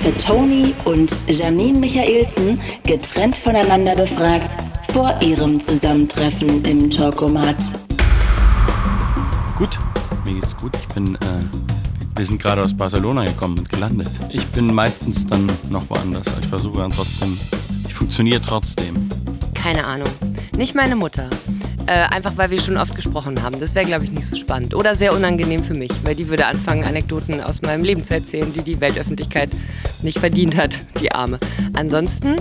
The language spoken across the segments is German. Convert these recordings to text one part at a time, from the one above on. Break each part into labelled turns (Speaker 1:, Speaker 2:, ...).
Speaker 1: für Toni und Janine Michaelsen getrennt voneinander befragt vor ihrem Zusammentreffen im Talkomat.
Speaker 2: Gut, mir geht's gut. Ich bin, äh, wir sind gerade aus Barcelona gekommen und gelandet. Ich bin meistens dann noch woanders. aber Ich versuche dann trotzdem, ich funktioniere trotzdem.
Speaker 3: Keine Ahnung. Nicht meine Mutter. Äh, einfach weil wir schon oft gesprochen haben. Das wäre, glaube ich, nicht so spannend. Oder sehr unangenehm für mich, weil die würde anfangen, Anekdoten aus meinem Leben zu erzählen, die die Weltöffentlichkeit nicht verdient hat, die Arme. Ansonsten,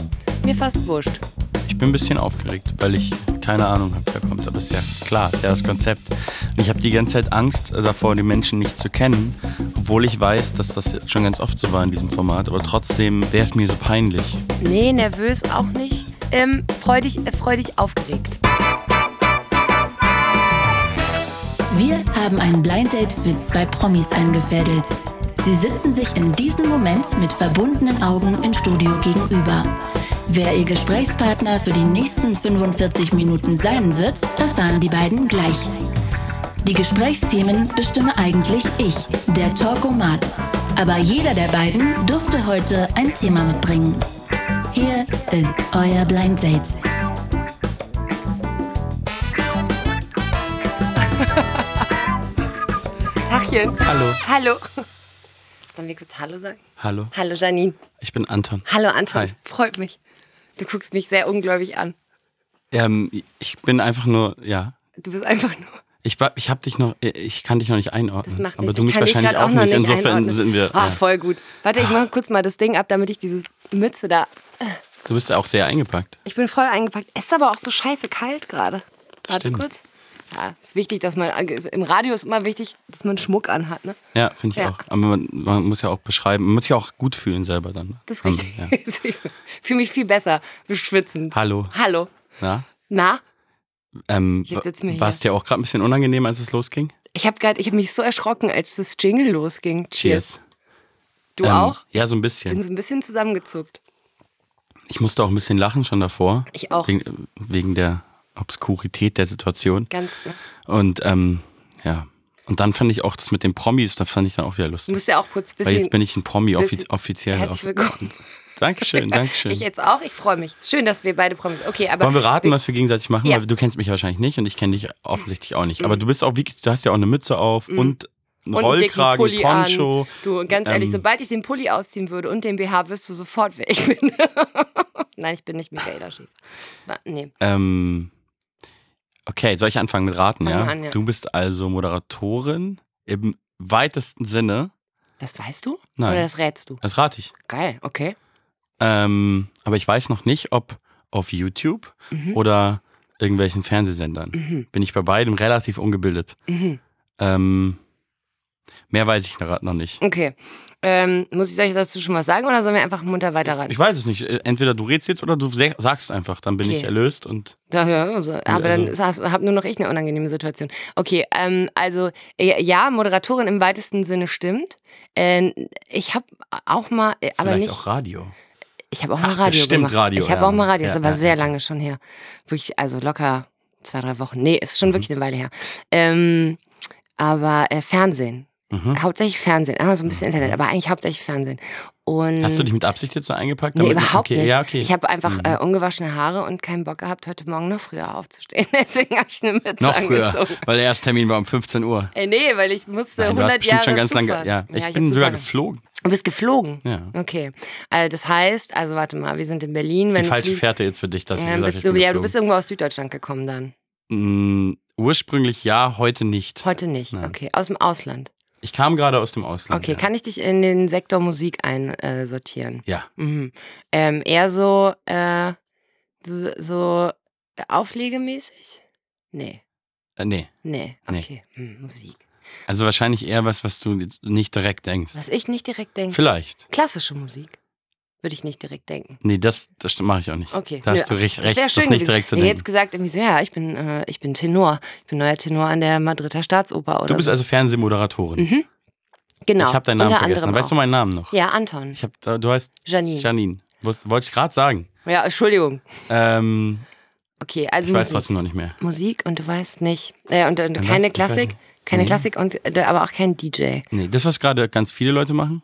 Speaker 3: mir fast wurscht.
Speaker 2: Ich bin ein bisschen aufgeregt, weil ich keine Ahnung habe, wer kommt. Aber ist ja klar, ist ja das Konzept. Und ich habe die ganze Zeit Angst äh, davor, die Menschen nicht zu kennen, obwohl ich weiß, dass das jetzt schon ganz oft so war in diesem Format. Aber trotzdem wäre es mir so peinlich.
Speaker 3: Nee, nervös auch nicht. Ähm, freudig, äh, freudig aufgeregt.
Speaker 1: Wir haben ein Blind Date für zwei Promis eingefädelt. Sie sitzen sich in diesem Moment mit verbundenen Augen im Studio gegenüber. Wer ihr Gesprächspartner für die nächsten 45 Minuten sein wird, erfahren die beiden gleich. Die Gesprächsthemen bestimme eigentlich ich, der Talkomat. Aber jeder der beiden durfte heute ein Thema mitbringen. Hier ist euer Blind Date.
Speaker 3: Tachchen.
Speaker 2: Hallo.
Speaker 3: Hallo. Sollen wir kurz Hallo sagen?
Speaker 2: Hallo.
Speaker 3: Hallo Janine.
Speaker 2: Ich bin Anton.
Speaker 3: Hallo Anton.
Speaker 2: Hi.
Speaker 3: Freut mich. Du guckst mich sehr ungläubig an.
Speaker 2: Ähm, ich bin einfach nur, ja.
Speaker 3: Du bist einfach nur.
Speaker 2: Ich, war- ich hab dich noch, ich kann dich noch nicht einordnen.
Speaker 3: Das macht
Speaker 2: aber
Speaker 3: nichts.
Speaker 2: du mich
Speaker 3: ich kann dich
Speaker 2: wahrscheinlich
Speaker 3: gerade
Speaker 2: auch nicht. Insofern
Speaker 3: einordnen.
Speaker 2: sind wir.
Speaker 3: Ah,
Speaker 2: ja. Ah.
Speaker 3: voll gut. Warte, ich mache kurz mal das Ding ab, damit ich diese Mütze da.
Speaker 2: Du bist ja auch sehr eingepackt.
Speaker 3: Ich bin voll eingepackt. Es ist aber auch so scheiße kalt gerade. Warte
Speaker 2: Stimmt.
Speaker 3: kurz. Ja, ist wichtig, dass man. Im Radio ist immer wichtig, dass man Schmuck anhat, ne?
Speaker 2: Ja, finde ich
Speaker 3: Ja.
Speaker 2: auch. Aber man, man muss ja auch beschreiben, man muss sich auch gut fühlen selber dann.
Speaker 3: Das ist
Speaker 2: Ähm,
Speaker 3: richtig.
Speaker 2: Ja.
Speaker 3: Ich fühle mich viel besser. Beschwitzend.
Speaker 2: Hallo.
Speaker 3: Hallo.
Speaker 2: Na,
Speaker 3: Na?
Speaker 2: ähm,
Speaker 3: Jetzt sitzen wir hier.
Speaker 2: war es dir auch gerade ein bisschen unangenehm, als es losging?
Speaker 3: Ich habe gerade, ich habe mich so erschrocken, als das Jingle losging. Cheers. Du
Speaker 2: Ähm,
Speaker 3: auch?
Speaker 2: Ja, so ein
Speaker 3: Bin
Speaker 2: bisschen.
Speaker 3: so ein bisschen zusammengezuckt.
Speaker 2: Ich musste auch ein bisschen lachen schon davor.
Speaker 3: Ich auch.
Speaker 2: Wegen, wegen der Obskurität der Situation.
Speaker 3: Ganz. Ne?
Speaker 2: Und ähm, ja. Und dann fand ich auch das mit den Promis, da fand ich dann auch wieder
Speaker 3: Du
Speaker 2: lustig.
Speaker 3: musst ja auch kurz ein bisschen.
Speaker 2: Weil jetzt bin ich ein Promi offiz
Speaker 3: bisschen-
Speaker 2: offiziell.
Speaker 3: Herzlich willkommen.
Speaker 2: Dankeschön, Dankeschön.
Speaker 3: Ich jetzt auch, ich freue mich. Schön, dass wir beide Promis. Okay, aber
Speaker 2: Wollen wir raten, was wir gegenseitig machen?
Speaker 3: Ja. Mhm.
Speaker 2: Weil du kennst mich wahrscheinlich nicht und ich kenne dich offensichtlich auch nicht. Aber du bist auch wirklich, du hast ja auch eine Mütze auf und einen
Speaker 3: und einen dicken
Speaker 2: Rollkragen,
Speaker 3: Pulli
Speaker 2: Poncho.
Speaker 3: an. Du, ganz ehrlich,
Speaker 2: Ähm,
Speaker 3: sobald ich den Pulli ausziehen würde und den BH, wirst du sofort, wer ich bin. Nein, ich bin nicht Michaela Schäfer. Das war- Nee.
Speaker 2: Ähm, okay, soll ich anfangen mit Raten,
Speaker 3: Fang
Speaker 2: ja?
Speaker 3: mal an, ja.
Speaker 2: Du bist also Moderatorin im weitesten Sinne.
Speaker 3: Das weißt du?
Speaker 2: Nein.
Speaker 3: Oder das rätst du?
Speaker 2: Das rate ich.
Speaker 3: Geil, okay.
Speaker 2: Ähm, aber ich weiß noch nicht, ob auf YouTube
Speaker 3: Mhm.
Speaker 2: oder irgendwelchen Fernsehsendern. Bin ich bei beidem relativ ungebildet.
Speaker 3: Mhm.
Speaker 2: Ähm, mehr weiß ich noch noch nicht.
Speaker 3: Okay. Ähm, muss ich euch dazu schon was sagen oder sollen wir einfach munter weiterraten?
Speaker 2: Ich weiß es nicht. Äh, Entweder du redest jetzt oder du se- sagst einfach, dann bin
Speaker 3: Okay.
Speaker 2: ich erlöst und
Speaker 3: Ja, ja, also, aber dann
Speaker 2: also-
Speaker 3: hast- hab nur noch ich eine unangenehme Situation. Okay, ähm, also äh, ja, Moderatorin im weitesten Sinne stimmt. Äh, ich habe auch mal, äh, aber
Speaker 2: vielleicht
Speaker 3: nicht.
Speaker 2: auch Radio.
Speaker 3: Ich habe auch mal
Speaker 2: Ach,
Speaker 3: Radio
Speaker 2: bestimmt
Speaker 3: gemacht.
Speaker 2: Radio,
Speaker 3: ich habe
Speaker 2: ja.
Speaker 3: auch mal Radio,
Speaker 2: Ja,
Speaker 3: ist aber
Speaker 2: ja,
Speaker 3: sehr
Speaker 2: ja.
Speaker 3: lange schon her. Wirklich, also locker zwei, drei Wochen. Nee, ist
Speaker 2: Mhm.
Speaker 3: schon wirklich eine Weile her. Ähm, aber äh, Fernsehen.
Speaker 2: Mhm.
Speaker 3: Hauptsächlich Fernsehen. Ah, so ein bisschen Internet, aber eigentlich hauptsächlich Fernsehen. Und
Speaker 2: Hast du dich mit Absicht jetzt so eingepackt?
Speaker 3: Hm. Nee,
Speaker 2: damit-
Speaker 3: überhaupt
Speaker 2: okay.
Speaker 3: nicht.
Speaker 2: Ja, okay. Mhm.
Speaker 3: Ich habe einfach äh, ungewaschene Haare und keinen Bock gehabt, heute Morgen noch früher aufzustehen. Deswegen habe ich eine Mütze
Speaker 2: noch früher,
Speaker 3: angezogen.
Speaker 2: weil der erste Termin war um 15 Uhr.
Speaker 3: Äh, nee, weil ich musste
Speaker 2: Nein, du hast
Speaker 3: 100
Speaker 2: bestimmt
Speaker 3: Jahre
Speaker 2: schon ganz lange.
Speaker 3: Zugfahrt.
Speaker 2: Ja, ich
Speaker 3: hab
Speaker 2: bin sogar
Speaker 3: Zugfahrt.
Speaker 2: geflogen.
Speaker 3: Du bist geflogen?
Speaker 2: Ja.
Speaker 3: Okay. Also das heißt, also warte mal, wir sind in Berlin.
Speaker 2: Die
Speaker 3: Wenn
Speaker 2: falsche
Speaker 3: du fliegst-
Speaker 2: Fährte jetzt für dich, dass ich
Speaker 3: Dann
Speaker 2: gesagt
Speaker 3: bist
Speaker 2: ich bin
Speaker 3: du, ja, du
Speaker 2: geflogen.
Speaker 3: bist irgendwo aus Süddeutschland gekommen dann.
Speaker 2: Mm, Ursprünglich ja, heute nicht.
Speaker 3: Heute nicht.
Speaker 2: Nein.
Speaker 3: Okay, aus dem Ausland.
Speaker 2: Ich kam gerade aus dem Ausland.
Speaker 3: Okay,
Speaker 2: ja.
Speaker 3: kann ich dich in den Sektor Musik einsortieren?
Speaker 2: Ja,
Speaker 3: Mhm. Ähm, eher so, äh, so, so auflegemäßig? Nee,
Speaker 2: äh, nee.
Speaker 3: nee,
Speaker 2: Nee.
Speaker 3: okay. Hm, Musik.
Speaker 2: Also wahrscheinlich eher was, was du jetzt nicht direkt denkst.
Speaker 3: Was ich nicht direkt denke.
Speaker 2: Vielleicht.
Speaker 3: Klassische Musik würde ich nicht direkt denken.
Speaker 2: Nee, das, das mache ich auch nicht.
Speaker 3: Okay.
Speaker 2: Da hast
Speaker 3: Nö,
Speaker 2: du recht,
Speaker 3: das
Speaker 2: recht
Speaker 3: wär
Speaker 2: das
Speaker 3: schön
Speaker 2: nicht
Speaker 3: gewesen.
Speaker 2: direkt zu
Speaker 3: Nee,
Speaker 2: denken.
Speaker 3: jetzt gesagt, irgendwie so, ja, ich bin, äh, ich bin Tenor. Ich bin neuer Tenor an der Madrider Staatsoper oder
Speaker 2: du bist
Speaker 3: so.
Speaker 2: also Fernsehmoderatorin.
Speaker 3: Genau.
Speaker 2: Ich habe deinen Namen
Speaker 3: unter
Speaker 2: vergessen.
Speaker 3: anderem
Speaker 2: Weißt du
Speaker 3: auch.
Speaker 2: meinen Namen noch?
Speaker 3: Ja, Anton.
Speaker 2: Ich hab, du heißt
Speaker 3: Janine.
Speaker 2: Janine. Wolltest- Wollte ich gerade sagen.
Speaker 3: Ja, Entschuldigung.
Speaker 2: Ähm,
Speaker 3: Okay, also
Speaker 2: ich weiß
Speaker 3: Musik.
Speaker 2: trotzdem noch nicht mehr.
Speaker 3: Musik und du weißt nicht. Äh, und, und
Speaker 2: Dann weißt-
Speaker 3: keine
Speaker 2: ich
Speaker 3: Klassik,
Speaker 2: weiß Mhm.
Speaker 3: keine
Speaker 2: Nee.
Speaker 3: Klassik und äh, aber auch kein DJ.
Speaker 2: Nee, das, was gerade ganz viele Leute machen,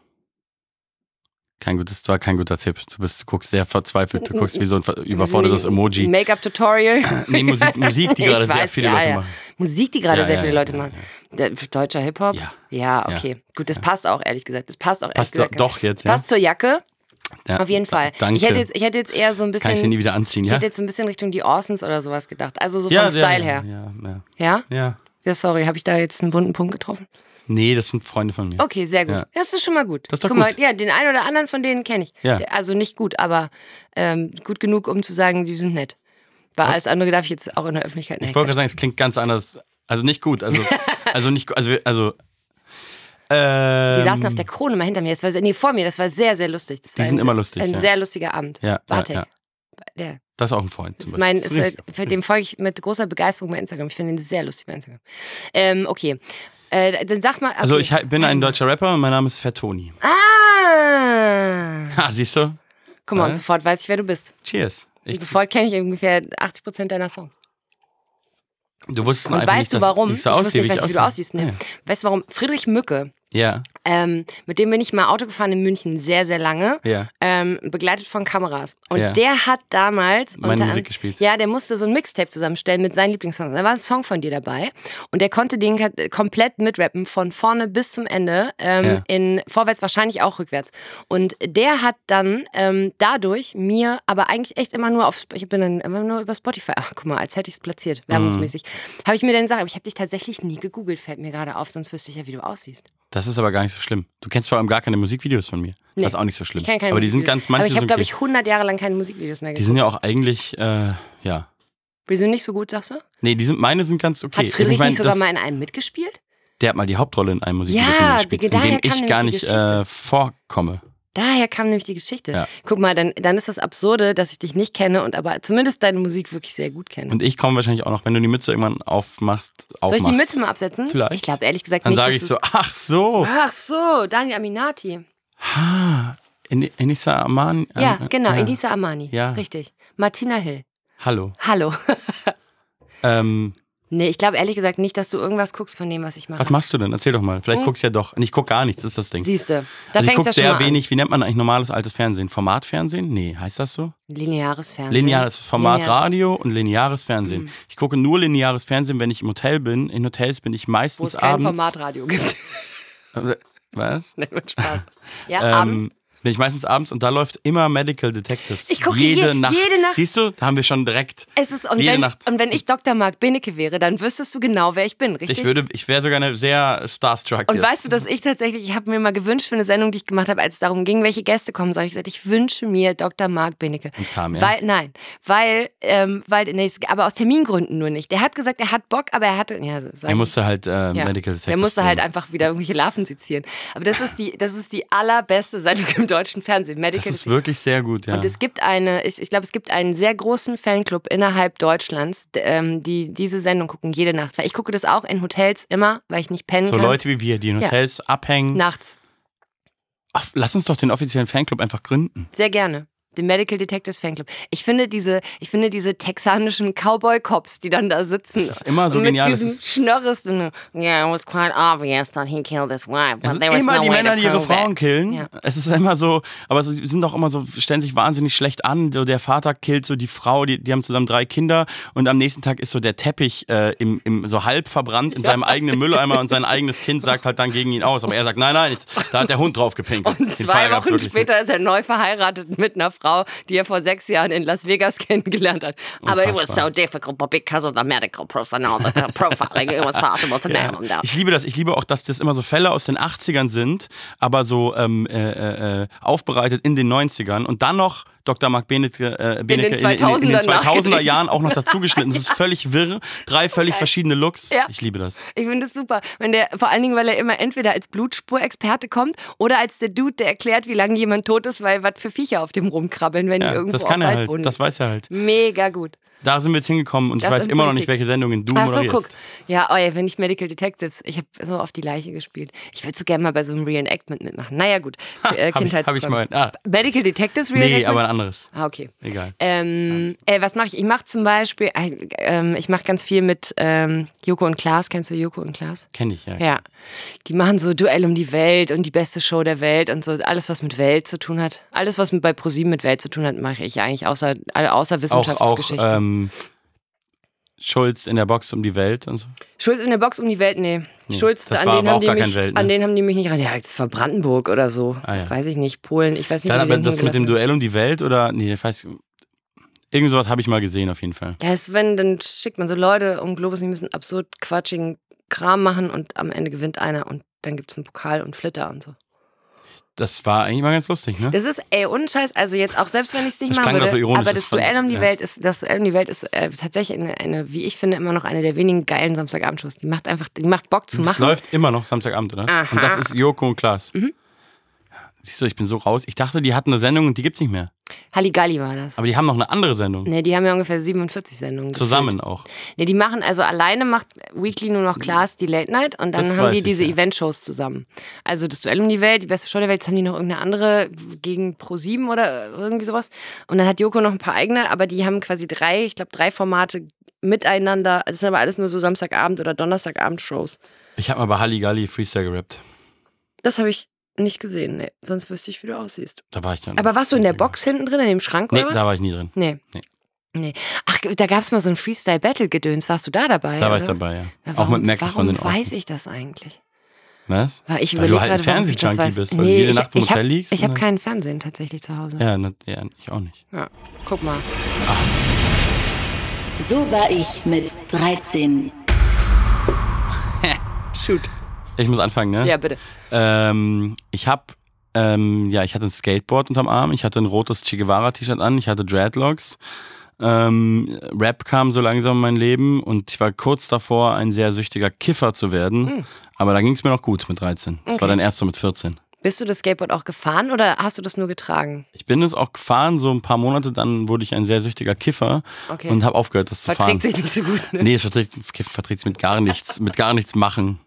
Speaker 2: Kein gutes, das war kein guter Tipp. Du bist, du guckst sehr verzweifelt, du guckst wie so ein ver- überfordertes Emoji.
Speaker 3: Make-up-Tutorial.
Speaker 2: Nee, Musik, Musik die
Speaker 3: Ich
Speaker 2: gerade sehr
Speaker 3: weiß,
Speaker 2: viele
Speaker 3: ja,
Speaker 2: Leute
Speaker 3: ja.
Speaker 2: machen.
Speaker 3: Musik, die gerade
Speaker 2: Ja,
Speaker 3: sehr
Speaker 2: ja,
Speaker 3: viele
Speaker 2: ja,
Speaker 3: Leute
Speaker 2: ja,
Speaker 3: machen. Der- Deutscher Hip-Hop?
Speaker 2: Ja.
Speaker 3: Ja,
Speaker 2: Ja.
Speaker 3: okay. Gut, das passt auch, ehrlich gesagt. Das passt auch, ehrlich
Speaker 2: Passt
Speaker 3: gesagt.
Speaker 2: doch- doch jetzt,
Speaker 3: Das
Speaker 2: ja?
Speaker 3: passt zur Jacke,
Speaker 2: Ja,
Speaker 3: auf jeden Fall.
Speaker 2: Danke.
Speaker 3: Ich hätte jetzt, ich hätte jetzt eher so ein bisschen.
Speaker 2: Kann ich den nie wieder anziehen,
Speaker 3: ich
Speaker 2: ja?
Speaker 3: hätte jetzt ein bisschen Richtung die Orsons oder sowas gedacht. Also so vom
Speaker 2: ja,
Speaker 3: Style
Speaker 2: ja,
Speaker 3: her.
Speaker 2: Ja, ja,
Speaker 3: Ja?
Speaker 2: ja. ja.
Speaker 3: Ja, sorry, habe ich da jetzt einen wunden Punkt getroffen?
Speaker 2: Nee, das sind Freunde von mir.
Speaker 3: Okay, sehr gut.
Speaker 2: Ja.
Speaker 3: Das ist schon mal gut.
Speaker 2: Das ist doch
Speaker 3: Guck mal,
Speaker 2: gut.
Speaker 3: ja, den einen oder anderen von denen kenne ich.
Speaker 2: Ja.
Speaker 3: Der- Also nicht gut, aber ähm, gut genug, um zu sagen, die sind nett. Weil alles andere darf ich jetzt auch in der Öffentlichkeit nicht.
Speaker 2: Ich wollte gerade sagen, es klingt ganz anders. Also nicht gut. Also, also nicht gut. Also, wir- also. Ähm,
Speaker 3: Die saßen auf der Krone mal hinter mir. Das war, sehr- nee, vor mir. Das war sehr, sehr lustig. Das
Speaker 2: Die
Speaker 3: war
Speaker 2: sind
Speaker 3: ein,
Speaker 2: immer lustig,
Speaker 3: Ein
Speaker 2: ja.
Speaker 3: sehr lustiger Abend.
Speaker 2: Ja, ja,
Speaker 3: Bartek.
Speaker 2: ja.
Speaker 3: Der
Speaker 2: Das ist auch ein Freund. zum
Speaker 3: ist mein, ist,
Speaker 2: Beispiel.
Speaker 3: äh, für den folge ich mit großer Begeisterung bei Instagram. Ich finde ihn sehr lustig bei Instagram. Ähm, okay. Äh, dann sag mal. Okay.
Speaker 2: Also ich he- bin ein deutscher Rapper und mein Name ist Fertoni.
Speaker 3: Ah!
Speaker 2: Ah, siehst du?
Speaker 3: Guck mal,
Speaker 2: Äh?
Speaker 3: und sofort weiß ich, wer du bist.
Speaker 2: Cheers. Ich,
Speaker 3: Und sofort kenne ich ungefähr 80% deiner Songs.
Speaker 2: du wusstest
Speaker 3: Und
Speaker 2: einfach
Speaker 3: weißt
Speaker 2: nicht,
Speaker 3: du warum?
Speaker 2: Dass ich so
Speaker 3: ich
Speaker 2: aussehe,
Speaker 3: wusste nicht,
Speaker 2: wie, ich
Speaker 3: wie du aussiehst. Ne?
Speaker 2: Ja.
Speaker 3: Weißt du warum? Friedrich Mücke,
Speaker 2: Ja,
Speaker 3: ähm, mit dem bin ich mal Auto gefahren in München sehr, sehr lange.
Speaker 2: ja.
Speaker 3: Ähm, begleitet von Kameras. Und
Speaker 2: Ja.
Speaker 3: der hat damals.
Speaker 2: Meine
Speaker 3: unter
Speaker 2: Musik
Speaker 3: an-
Speaker 2: gespielt.
Speaker 3: Ja, der musste so ein Mixtape zusammenstellen mit seinen Lieblingssongs. Da war ein Song von dir dabei. Und der konnte den ka- komplett mitrappen, von vorne bis zum Ende. Ähm,
Speaker 2: Ja.
Speaker 3: in Vorwärts, wahrscheinlich auch rückwärts. Und der hat dann ähm, dadurch mir, aber eigentlich echt immer nur auf. Sp- Ich bin dann immer nur über Spotify. Ach, guck mal, als hätte ich es platziert,
Speaker 2: Mhm.
Speaker 3: werbungsmäßig. Habe ich mir dann gesagt, aber ich habe dich tatsächlich nie gegoogelt, fällt mir gerade auf, sonst wüsste ich ja, wie du aussiehst.
Speaker 2: Das ist aber gar nicht so schlimm. Du kennst vor allem gar keine Musikvideos von mir.
Speaker 3: Nee.
Speaker 2: Das ist auch nicht so schlimm.
Speaker 3: Ich kenne keine
Speaker 2: aber die sind
Speaker 3: Musikvideos.
Speaker 2: ganz, manche
Speaker 3: Aber ich habe,
Speaker 2: sind
Speaker 3: glaube
Speaker 2: okay.
Speaker 3: ich, 100 Jahre lang keine Musikvideos mehr
Speaker 2: Die
Speaker 3: geguckt.
Speaker 2: sind ja auch eigentlich, äh, ja.
Speaker 3: Die sind nicht so gut, sagst du?
Speaker 2: Nee, die sind, meine sind ganz okay.
Speaker 3: Hat Friedrich
Speaker 2: Ich mein,
Speaker 3: nicht sogar
Speaker 2: das-
Speaker 3: mal in einem mitgespielt?
Speaker 2: Der hat mal die Hauptrolle in einem Musikvideo
Speaker 3: Ja,
Speaker 2: von mir gespielt,
Speaker 3: die-
Speaker 2: in
Speaker 3: daher
Speaker 2: dem
Speaker 3: kam
Speaker 2: ich
Speaker 3: nämlich
Speaker 2: gar
Speaker 3: die
Speaker 2: nicht
Speaker 3: Geschichte.
Speaker 2: äh, vorkomme.
Speaker 3: Daher kam nämlich die Geschichte.
Speaker 2: Ja.
Speaker 3: Guck mal, dann, dann ist das Absurde, dass ich dich nicht kenne und aber zumindest deine Musik wirklich sehr gut kenne.
Speaker 2: Und ich komme wahrscheinlich auch noch, wenn du die Mütze irgendwann aufmachst,
Speaker 3: Soll
Speaker 2: aufmachst.
Speaker 3: ich die Mütze mal absetzen?
Speaker 2: Vielleicht.
Speaker 3: Ich glaube ehrlich gesagt
Speaker 2: Dann
Speaker 3: nicht.
Speaker 2: sage
Speaker 3: dass
Speaker 2: ich
Speaker 3: du's-
Speaker 2: so, oh. ach so,
Speaker 3: Ach so, Daniel Aminati.
Speaker 2: in, Inissa Aman. äh,
Speaker 3: Ah. Ja, genau,
Speaker 2: äh,
Speaker 3: Elisa Amani.
Speaker 2: Ja.
Speaker 3: Richtig. Martina Hill.
Speaker 2: Hallo.
Speaker 3: Hallo.
Speaker 2: Ähm,
Speaker 3: nee, ich glaube ehrlich gesagt nicht, dass du irgendwas guckst von dem, was ich mache.
Speaker 2: was machst du denn? Erzähl doch mal. Vielleicht guckst du ja doch. Und ich gucke gar nichts, das ist das Ding.
Speaker 3: Hm? Siehst du, da
Speaker 2: also ich
Speaker 3: fängt
Speaker 2: gucke
Speaker 3: das schon mal
Speaker 2: sehr
Speaker 3: an.
Speaker 2: wenig, wie nennt man eigentlich normales altes Fernsehen? Formatfernsehen? Nee, heißt das so?
Speaker 3: Lineares Fernsehen.
Speaker 2: Lineares Format
Speaker 3: Lineares- Hm.
Speaker 2: Radio und lineares Fernsehen. Ich gucke nur lineares Fernsehen, wenn ich im Hotel bin. In Hotels bin ich
Speaker 3: Wo es
Speaker 2: meistens
Speaker 3: kein
Speaker 2: abends. Äh,
Speaker 3: Formatradio gibt.
Speaker 2: Was?
Speaker 3: Nein, mit Spaß. Ja,
Speaker 2: ähm,
Speaker 3: abends.
Speaker 2: Bin ich meistens abends und da läuft immer Medical Detectives.
Speaker 3: Ich gucke
Speaker 2: jede
Speaker 3: je-
Speaker 2: Nacht.
Speaker 3: jede Nacht.
Speaker 2: Siehst du, da haben wir schon direkt.
Speaker 3: Es ist, und,
Speaker 2: jede
Speaker 3: wenn,
Speaker 2: Nacht.
Speaker 3: und wenn ich Dr. Marc Benecke wäre, dann wüsstest du genau, wer ich bin, richtig?
Speaker 2: ich würde, ich wäre sogar eine sehr starstruck.
Speaker 3: und
Speaker 2: jetzt.
Speaker 3: weißt du, dass ich tatsächlich, ich habe mir mal gewünscht für eine Sendung, die ich gemacht habe, als es darum ging, welche Gäste kommen soll. Ich gesagt, ich wünsche mir Dr. Marc Benecke.
Speaker 2: Und kam er?
Speaker 3: Weil, nein, weil, ähm, weil, nee, es- aber aus Termingründen nur nicht. Der hat gesagt, er hat Bock, aber er hatte, ja, sag
Speaker 2: er
Speaker 3: ich.
Speaker 2: musste halt äh,
Speaker 3: Ja.
Speaker 2: Medical Detectives.
Speaker 3: Der musste halt
Speaker 2: nehmen.
Speaker 3: einfach wieder irgendwelche Larven sezieren. Aber das ist die, das ist die allerbeste Sendung im deutschen Fernsehen. Medical
Speaker 2: Das ist
Speaker 3: Detective.
Speaker 2: wirklich sehr gut, ja.
Speaker 3: Und es gibt eine, ich, ich glaube, es gibt einen sehr großen Fanclub innerhalb Deutschlands, d- ähm, die diese Sendung gucken jede Nacht. Weil ich gucke das auch in Hotels immer, weil ich nicht pennen
Speaker 2: so
Speaker 3: kann.
Speaker 2: Leute wie wir, die in
Speaker 3: Ja.
Speaker 2: Hotels abhängen.
Speaker 3: Nachts.
Speaker 2: Ach, lass uns doch den offiziellen Fanclub einfach gründen.
Speaker 3: Sehr gerne. Den Medical Detectives Fanclub. Ich finde diese, ich finde diese texanischen Cowboy-Cops, die dann da sitzen.
Speaker 2: Das ist immer so
Speaker 3: mit
Speaker 2: genial, das
Speaker 3: Diesem
Speaker 2: ist-
Speaker 3: Schnörres. und, Yeah, it was quite obvious that he killed his wife.
Speaker 2: Es
Speaker 3: But
Speaker 2: sind
Speaker 3: there
Speaker 2: Also
Speaker 3: was
Speaker 2: immer
Speaker 3: no
Speaker 2: die
Speaker 3: way to
Speaker 2: Männer, die ihre
Speaker 3: prove it.
Speaker 2: Frauen killen.
Speaker 3: Ja.
Speaker 2: Es ist immer so, aber sie sind auch immer so, stellen sich wahnsinnig schlecht an. So der Vater killt so die Frau, die, die haben zusammen drei Kinder und am nächsten Tag ist so der Teppich äh, im, im, so halb verbrannt in seinem eigenen Mülleimer und sein eigenes Kind sagt halt dann gegen ihn aus. Aber er sagt, nein, nein, jetzt, da hat der Hund drauf gepinkelt.
Speaker 3: Und
Speaker 2: Den
Speaker 3: zwei
Speaker 2: Fall gab's
Speaker 3: Wochen
Speaker 2: wirklich
Speaker 3: später ist er neu verheiratet mit einer Frau, die er vor sechs Jahren in Las Vegas kennengelernt hat. Aber it was
Speaker 2: Unfassbar.
Speaker 3: so difficult, but because of the medical profile, the profiling, it was possible to nail him
Speaker 2: Ja.
Speaker 3: down.
Speaker 2: Ich liebe das. Ich liebe auch, dass das immer so Fälle aus den 80ern sind, aber so ähm, äh, äh, aufbereitet in den 90ern und dann noch Dr. Marc Benecke, äh, Benecke in, den, in, in den
Speaker 3: 2000ern
Speaker 2: 2000er Jahren
Speaker 3: nachgedreht.
Speaker 2: auch noch dazugeschnitten. Das ist völlig wirr. Drei völlig verschiedene Looks.
Speaker 3: Ja.
Speaker 2: Ich liebe das.
Speaker 3: Ich finde es super, wenn der, vor allen Dingen, weil er immer entweder als Blutspurexperte kommt oder als der Dude, der erklärt, wie lange jemand tot ist, weil was für Viecher auf dem rumkrabbeln, wenn die
Speaker 2: Ja,
Speaker 3: irgendwo
Speaker 2: das kann
Speaker 3: auf
Speaker 2: er
Speaker 3: Waldboden
Speaker 2: halt. Das
Speaker 3: liegen.
Speaker 2: weiß er halt.
Speaker 3: Mega gut.
Speaker 2: Da sind wir jetzt hingekommen und
Speaker 3: Das
Speaker 2: ich weiß
Speaker 3: und
Speaker 2: immer noch nicht,
Speaker 3: Politik.
Speaker 2: welche Sendungen du
Speaker 3: Ach so,
Speaker 2: moderierst.
Speaker 3: guck. Ja, oh ja, wenn nicht Medical Detectives. Ich habe so auf die Leiche gespielt. Ich würde so gerne mal bei so einem Reenactment mitmachen. Naja, gut. Äh,
Speaker 2: Hab ich, hab ich
Speaker 3: Kindheitstraum.
Speaker 2: mal. Ah,
Speaker 3: Medical Detectives Reenactment?
Speaker 2: nee, aber ein anderes.
Speaker 3: Ah, okay.
Speaker 2: Egal.
Speaker 3: Ähm, äh, was mache ich? Ich mache zum Beispiel, äh, ähm, ich mache ganz viel mit ähm, Joko und Klaas. Kennst du Joko und Klaas?
Speaker 2: Kenn ich, ja.
Speaker 3: Ja. Die machen so Duell um die Welt und die beste Show der Welt und so alles, was mit Welt zu tun hat. Alles, was mit, bei ProSieben mit Welt zu tun hat, mache ich eigentlich außer, außer
Speaker 2: Auch, auch
Speaker 3: Wissenschaftsgeschichten.
Speaker 2: ähm, Schulz in der Box um die Welt und so.
Speaker 3: Schulz in der Box um die Welt, nee.
Speaker 2: Nee,
Speaker 3: Schulz,
Speaker 2: Hm, das
Speaker 3: an,
Speaker 2: war
Speaker 3: den
Speaker 2: aber
Speaker 3: haben
Speaker 2: auch
Speaker 3: die
Speaker 2: gar
Speaker 3: mich,
Speaker 2: kein Welt, ne?
Speaker 3: an den haben die mich nicht ran. Ja, das war Brandenburg oder so.
Speaker 2: Ah, ja.
Speaker 3: Weiß ich nicht, Polen, ich weiß nicht,
Speaker 2: Dann
Speaker 3: wo die
Speaker 2: aber
Speaker 3: den
Speaker 2: das mit dem
Speaker 3: hingelassen
Speaker 2: Duell um die Welt oder, nee, ich weiß, irgend sowas habe ich mal gesehen auf jeden Fall.
Speaker 3: Ja, ist, wenn, dann schickt man so Leute um den Globus, die müssen absurd quatschigen Kram machen und am Ende gewinnt einer und dann gibt's einen Pokal und Flitter und so.
Speaker 2: Das war eigentlich mal ganz lustig, ne?
Speaker 3: Das ist, ey, ohne Scheiß, also jetzt auch selbst wenn ich es nicht
Speaker 2: Das
Speaker 3: machen
Speaker 2: klang
Speaker 3: würde,
Speaker 2: doch so ironisch,
Speaker 3: aber
Speaker 2: das
Speaker 3: das
Speaker 2: fand-
Speaker 3: Duell um die
Speaker 2: ja.
Speaker 3: Welt ist, das Duell um die Welt ist äh, tatsächlich eine, eine, wie ich finde, immer noch eine der wenigen geilen Samstagabendshows. Die macht einfach, die macht Bock zu
Speaker 2: Das
Speaker 3: machen.
Speaker 2: läuft immer noch Samstagabend, oder?
Speaker 3: Aha. Mhm.
Speaker 2: Und das ist Joko und Klaas. Siehst du, ich bin so raus. Ich dachte, die hatten eine Sendung und die gibt's nicht mehr.
Speaker 3: Halligalli war das.
Speaker 2: Aber die haben noch eine andere Sendung.
Speaker 3: Ne, die haben ja ungefähr 47 Sendungen.
Speaker 2: Zusammen auch.
Speaker 3: Gefühlt. Nee, die machen, also alleine macht Weekly nur noch Klaas die Late Night und dann
Speaker 2: Das
Speaker 3: haben
Speaker 2: weiß
Speaker 3: die
Speaker 2: ich,
Speaker 3: diese
Speaker 2: ja.
Speaker 3: Event-Shows zusammen. Also das Duell um die Welt, die beste Show der Welt, jetzt haben die noch irgendeine andere gegen Pro7 oder irgendwie sowas. Und dann hat Joko noch ein paar eigene, aber die haben quasi drei, ich glaube drei Formate miteinander. Das sind aber alles nur so Samstagabend oder Donnerstagabend-Shows.
Speaker 2: Ich habe mal bei Halligalli Freestyle gerappt.
Speaker 3: Das habe ich nicht gesehen, nee. Sonst wüsste ich, wie du aussiehst.
Speaker 2: Da war ich dann.
Speaker 3: Aber warst du in der Box hinten drin, in dem Schrank
Speaker 2: Nee,
Speaker 3: oder was?
Speaker 2: da war ich nie drin.
Speaker 3: nee.
Speaker 2: Nee.
Speaker 3: Nee. Ach, da gab es mal so ein Freestyle-Battle-Gedöns. Warst du da dabei?
Speaker 2: Da war ich
Speaker 3: oder?
Speaker 2: dabei, ja.
Speaker 3: Ja,
Speaker 2: auch mit Merkis von
Speaker 3: warum
Speaker 2: den
Speaker 3: weiß
Speaker 2: Außen.
Speaker 3: ich das eigentlich?
Speaker 2: Was?
Speaker 3: Weil ich
Speaker 2: Weil
Speaker 3: überlege
Speaker 2: du halt ein
Speaker 3: gerade, warum ich das
Speaker 2: Fernsehjunkie
Speaker 3: weiß.
Speaker 2: bist, weil du jede
Speaker 3: ich,
Speaker 2: Nacht im
Speaker 3: ich hab-
Speaker 2: Hotel liegst
Speaker 3: Ich habe
Speaker 2: und-
Speaker 3: kein Fernsehen tatsächlich zu Hause.
Speaker 2: Ja, na, ja, ich auch nicht.
Speaker 3: Ja. Guck mal.
Speaker 1: So war ich mit 13.
Speaker 3: Shoot.
Speaker 2: Ich muss anfangen, ne?
Speaker 3: Ja, bitte.
Speaker 2: Ähm, ich habe, ähm, ja, ich hatte ein Skateboard unterm Arm, ich hatte ein rotes Che Guevara-T-Shirt an, ich hatte Dreadlocks. Ähm, Rap kam so langsam in mein Leben und ich war kurz davor, ein sehr süchtiger Kiffer zu werden.
Speaker 3: Hm.
Speaker 2: Aber da ging es mir noch gut mit 13. Das war dann erst so mit 14.
Speaker 3: Bist du das Skateboard auch gefahren oder hast du das nur getragen?
Speaker 2: Ich bin es auch gefahren, so ein paar Monate, dann wurde ich ein sehr süchtiger Kiffer
Speaker 3: Okay.
Speaker 2: und habe aufgehört, das zu fahren.
Speaker 3: Verträgt sich nicht so gut. Ne?
Speaker 2: Nee, es verträgt, verträgt mit gar nichts, mit gar nichts machen.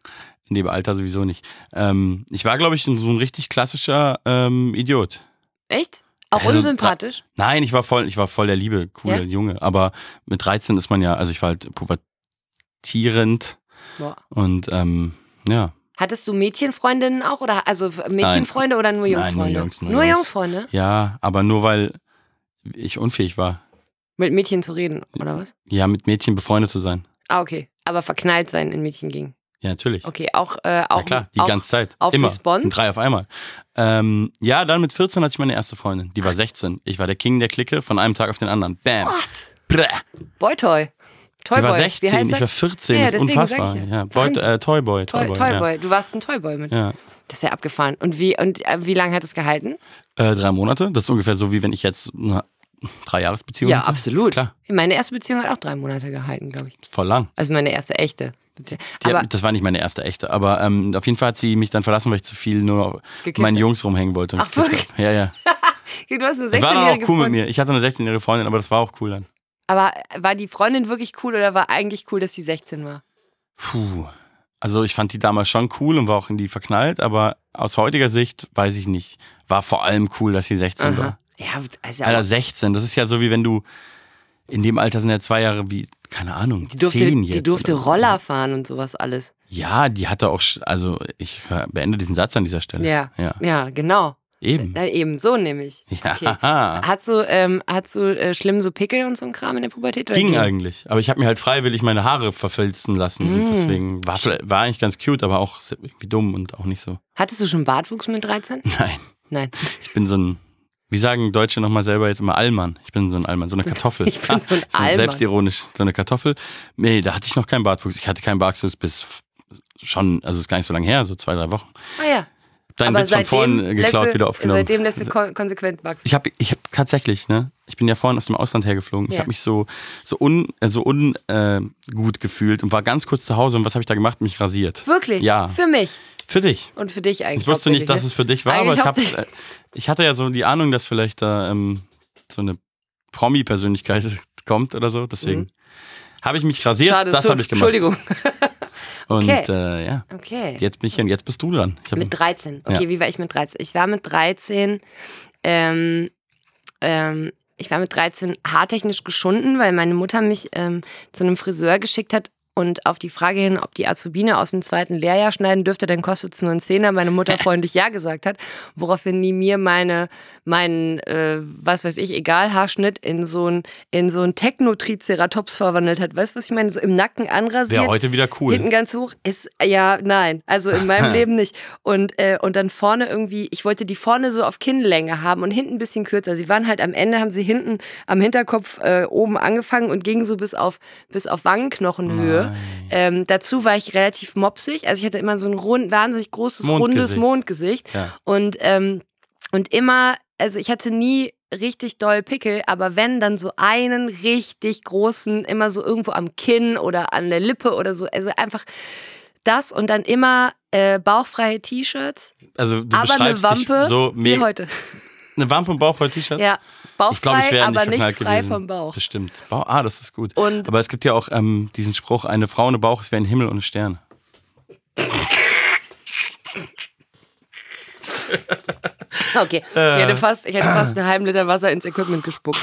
Speaker 2: In dem Alter sowieso nicht. Ähm, ich war, glaube ich, so ein richtig klassischer ähm, Idiot.
Speaker 3: Echt? Auch
Speaker 2: Also,
Speaker 3: unsympathisch?
Speaker 2: Nein, ich war voll, ich war voll der liebe, coole
Speaker 3: Ja?
Speaker 2: Junge. Aber mit 13 ist man ja, also ich war halt pubertierend
Speaker 3: Boah.
Speaker 2: und ähm, ja.
Speaker 3: Hattest du Mädchenfreundinnen auch? Oder, also Mädchenfreunde oder nur
Speaker 2: Nein,
Speaker 3: Jungsfreunde?
Speaker 2: nur Jungs, nur
Speaker 3: nur
Speaker 2: Jungs.
Speaker 3: Jungsfreunde?
Speaker 2: Ja, aber nur weil ich unfähig war,
Speaker 3: Mit Mädchen zu reden, oder was?
Speaker 2: ja, mit Mädchen befreundet zu sein.
Speaker 3: Ah, okay. Aber verknallt sein in Mädchen ging.
Speaker 2: Ja, natürlich.
Speaker 3: Okay, auch. Äh, auch
Speaker 2: Na klar, die
Speaker 3: auch,
Speaker 2: ganze Zeit.
Speaker 3: auf
Speaker 2: Immer.
Speaker 3: Response?
Speaker 2: Und Drei auf einmal. Ähm, ja, dann mit 14 hatte ich meine erste Freundin. Die war 16. Ich war der King der Clique von einem Tag auf den anderen. Bam.
Speaker 3: What?
Speaker 2: Bräh.
Speaker 3: Boytoy. Toyboy.
Speaker 2: Die war
Speaker 3: Ah, Wie
Speaker 2: 16,
Speaker 3: heißt
Speaker 2: ich war
Speaker 3: er?
Speaker 2: 14.
Speaker 3: Ja,
Speaker 2: das ist
Speaker 3: deswegen sag ich
Speaker 2: unfassbar.
Speaker 3: ja.
Speaker 2: Ja. Boy,
Speaker 3: Wahnsinn.
Speaker 2: äh, Toyboy. Toyboy.
Speaker 3: Toy, Toyboy. Du warst ein Toyboy mit.
Speaker 2: Ja.
Speaker 3: Das ist ja abgefahren. Und wie, und äh, wie lange hat es gehalten?
Speaker 2: ja. Äh, drei Monate. Das ist ungefähr so, wie wenn ich jetzt eine drei Jahresbeziehung
Speaker 3: ja,
Speaker 2: hätte.
Speaker 3: absolut.
Speaker 2: Klar,
Speaker 3: Meine erste Beziehung hat auch drei Monate gehalten, glaube ich.
Speaker 2: voll lang.
Speaker 3: Also meine erste echte Beziehung.
Speaker 2: Die
Speaker 3: Aber
Speaker 2: hat, das war nicht meine erste echte, aber ähm, auf jeden Fall hat sie mich dann verlassen, weil ich zu viel nur
Speaker 3: Gekifft
Speaker 2: meinen
Speaker 3: hat.
Speaker 2: Jungs rumhängen wollte. und
Speaker 3: Ach,
Speaker 2: gekifft
Speaker 3: wirklich?
Speaker 2: hab. Ja, ja.
Speaker 3: du hast eine
Speaker 2: Das war dann auch
Speaker 3: 16-jährige
Speaker 2: cool mit
Speaker 3: Freundin.
Speaker 2: mir. Ich hatte eine 16-jährige Freundin, aber das war auch cool dann.
Speaker 3: Aber war die Freundin wirklich cool oder war eigentlich cool, dass sie 16 war?
Speaker 2: Puh. Also ich fand die damals schon cool und war auch in die verknallt, aber aus heutiger Sicht weiß ich nicht. War vor allem cool, dass sie 16 war.
Speaker 3: Ja, also
Speaker 2: Alter, 16, das ist ja so wie wenn du in dem Alter sind ja zwei Jahre wie, keine Ahnung,
Speaker 3: die durfte,
Speaker 2: 10 jetzt.
Speaker 3: die durfte
Speaker 2: oder-
Speaker 3: Roller fahren und sowas alles.
Speaker 2: Ja, die hatte auch, sch- also ich hör- beende diesen Satz an dieser Stelle.
Speaker 3: Ja,
Speaker 2: Ja,
Speaker 3: ja, genau.
Speaker 2: eben.
Speaker 3: Da eben so nämlich.
Speaker 2: Ja,
Speaker 3: Okay. Hast du, ähm, hast du äh, schlimm so Pickel und so ein Kram in der Pubertät? Oder
Speaker 2: ging eigentlich. Aber ich habe mir halt freiwillig meine Haare verfilzen lassen.
Speaker 3: Mm.
Speaker 2: Und deswegen war, vielleicht- war eigentlich ganz cute, aber auch irgendwie dumm und auch nicht so.
Speaker 3: Hattest du schon Bartwuchs mit 13?
Speaker 2: Nein.
Speaker 3: Nein.
Speaker 2: Ich bin so ein, wie sagen Deutsche nochmal selber jetzt immer Allmann. Ich bin so ein Allmann, so eine Kartoffel.
Speaker 3: Ich bin so ein Allmann.
Speaker 2: Selbstironisch, so eine Kartoffel. Nee, da hatte ich noch keinen Bartwuchs. Ich hatte keinen Bartwuchs bis f- schon, also ist gar nicht so lange her, so zwei, drei Wochen.
Speaker 3: Ah ja.
Speaker 2: Hab Deinen Witz von vorhin geklaut, wieder aufgenommen. Also
Speaker 3: Seitdem lässt du kon konsequent wachsen.
Speaker 2: ich habe ich hab tatsächlich, ne? Ich bin ja vorhin aus dem Ausland hergeflogen. Ich
Speaker 3: Ja.
Speaker 2: habe mich so so un, äh, so un, äh, gut gefühlt und war ganz kurz zu Hause und was habe ich da gemacht? Mich rasiert.
Speaker 3: Wirklich?
Speaker 2: Ja.
Speaker 3: Für mich
Speaker 2: Für dich.
Speaker 3: und für dich eigentlich.
Speaker 2: Ich wusste nicht, dass es
Speaker 3: hauptsächlich, ne?
Speaker 2: für dich war, aber
Speaker 3: Eigentlich
Speaker 2: ich, hab,
Speaker 3: hauptsächlich.
Speaker 2: äh, ich hatte ja so die Ahnung, dass vielleicht da ähm, so eine Promi-Persönlichkeit kommt oder so. Deswegen habe ich mich
Speaker 3: ne?
Speaker 2: rasiert,
Speaker 3: Mhm. Schade,
Speaker 2: das
Speaker 3: so-
Speaker 2: habe ich gemacht.
Speaker 3: Entschuldigung.
Speaker 2: Und
Speaker 3: Okay.
Speaker 2: äh, ja,
Speaker 3: Okay.
Speaker 2: jetzt bin ich hier und jetzt bist du dran. Ich hab,
Speaker 3: Mit 13. Okay,
Speaker 2: Ja.
Speaker 3: wie war ich mit 13? Ich war mit 13, ähm, ähm, ich war mit 13 haartechnisch geschunden, weil meine Mutter mich ähm, zu einem Friseur geschickt hat Und auf die Frage hin, ob die Azubine aus dem zweiten Lehrjahr schneiden dürfte, dann kostet es nur einen Zehner, meine Mutter freundlich Ja gesagt hat, woraufhin die mir meine, meinen, äh, was weiß ich, egal Haarschnitt in so einen in so einen Techno-Triceratops verwandelt hat. Weißt du, was ich meine? So im Nacken anrasiert.
Speaker 4: Wäre heute wieder cool.
Speaker 3: Hinten ganz hoch ist, ja, nein. Also in meinem Leben nicht. Und, äh, und dann vorne irgendwie, ich wollte die vorne so auf Kinnlänge haben und hinten ein bisschen kürzer. Sie waren halt am Ende, haben sie hinten am Hinterkopf äh, oben angefangen und gingen so bis auf, bis auf Wangenknochenhöhe. Ähm, dazu war ich relativ mopsig. Also ich hatte immer so ein rund, wahnsinnig großes, rundes
Speaker 2: Mondgesicht.
Speaker 3: Mondgesicht.
Speaker 2: Ja.
Speaker 3: Und, ähm, und immer, also ich hatte nie richtig doll Pickel, aber wenn, dann so einen richtig großen, immer so irgendwo am Kinn oder an der Lippe oder so. Also einfach das und dann immer äh, bauchfreie T-Shirts,
Speaker 2: Also du
Speaker 3: aber eine
Speaker 2: beschreibst
Speaker 3: Wampe
Speaker 2: dich so
Speaker 3: wie
Speaker 2: mega.
Speaker 3: heute.
Speaker 2: Eine Wampe und Bauch voll T-Shirt?
Speaker 3: Ja,
Speaker 2: Ich glaube,
Speaker 3: bauchfrei,
Speaker 2: ich wäre nicht
Speaker 3: aber nicht
Speaker 2: verknallt
Speaker 3: frei
Speaker 2: gewesen.
Speaker 3: vom Bauch.
Speaker 2: Bestimmt. Bau ah, das ist gut.
Speaker 3: Und-
Speaker 2: Aber es gibt ja auch ähm, diesen Spruch, eine Frau ohne Bauch ist wie ein Himmel ohne Stern.
Speaker 3: Okay, ich
Speaker 2: Äh.
Speaker 3: hätte fast, ich hätte fast einen halben Liter Wasser ins Equipment gespuckt.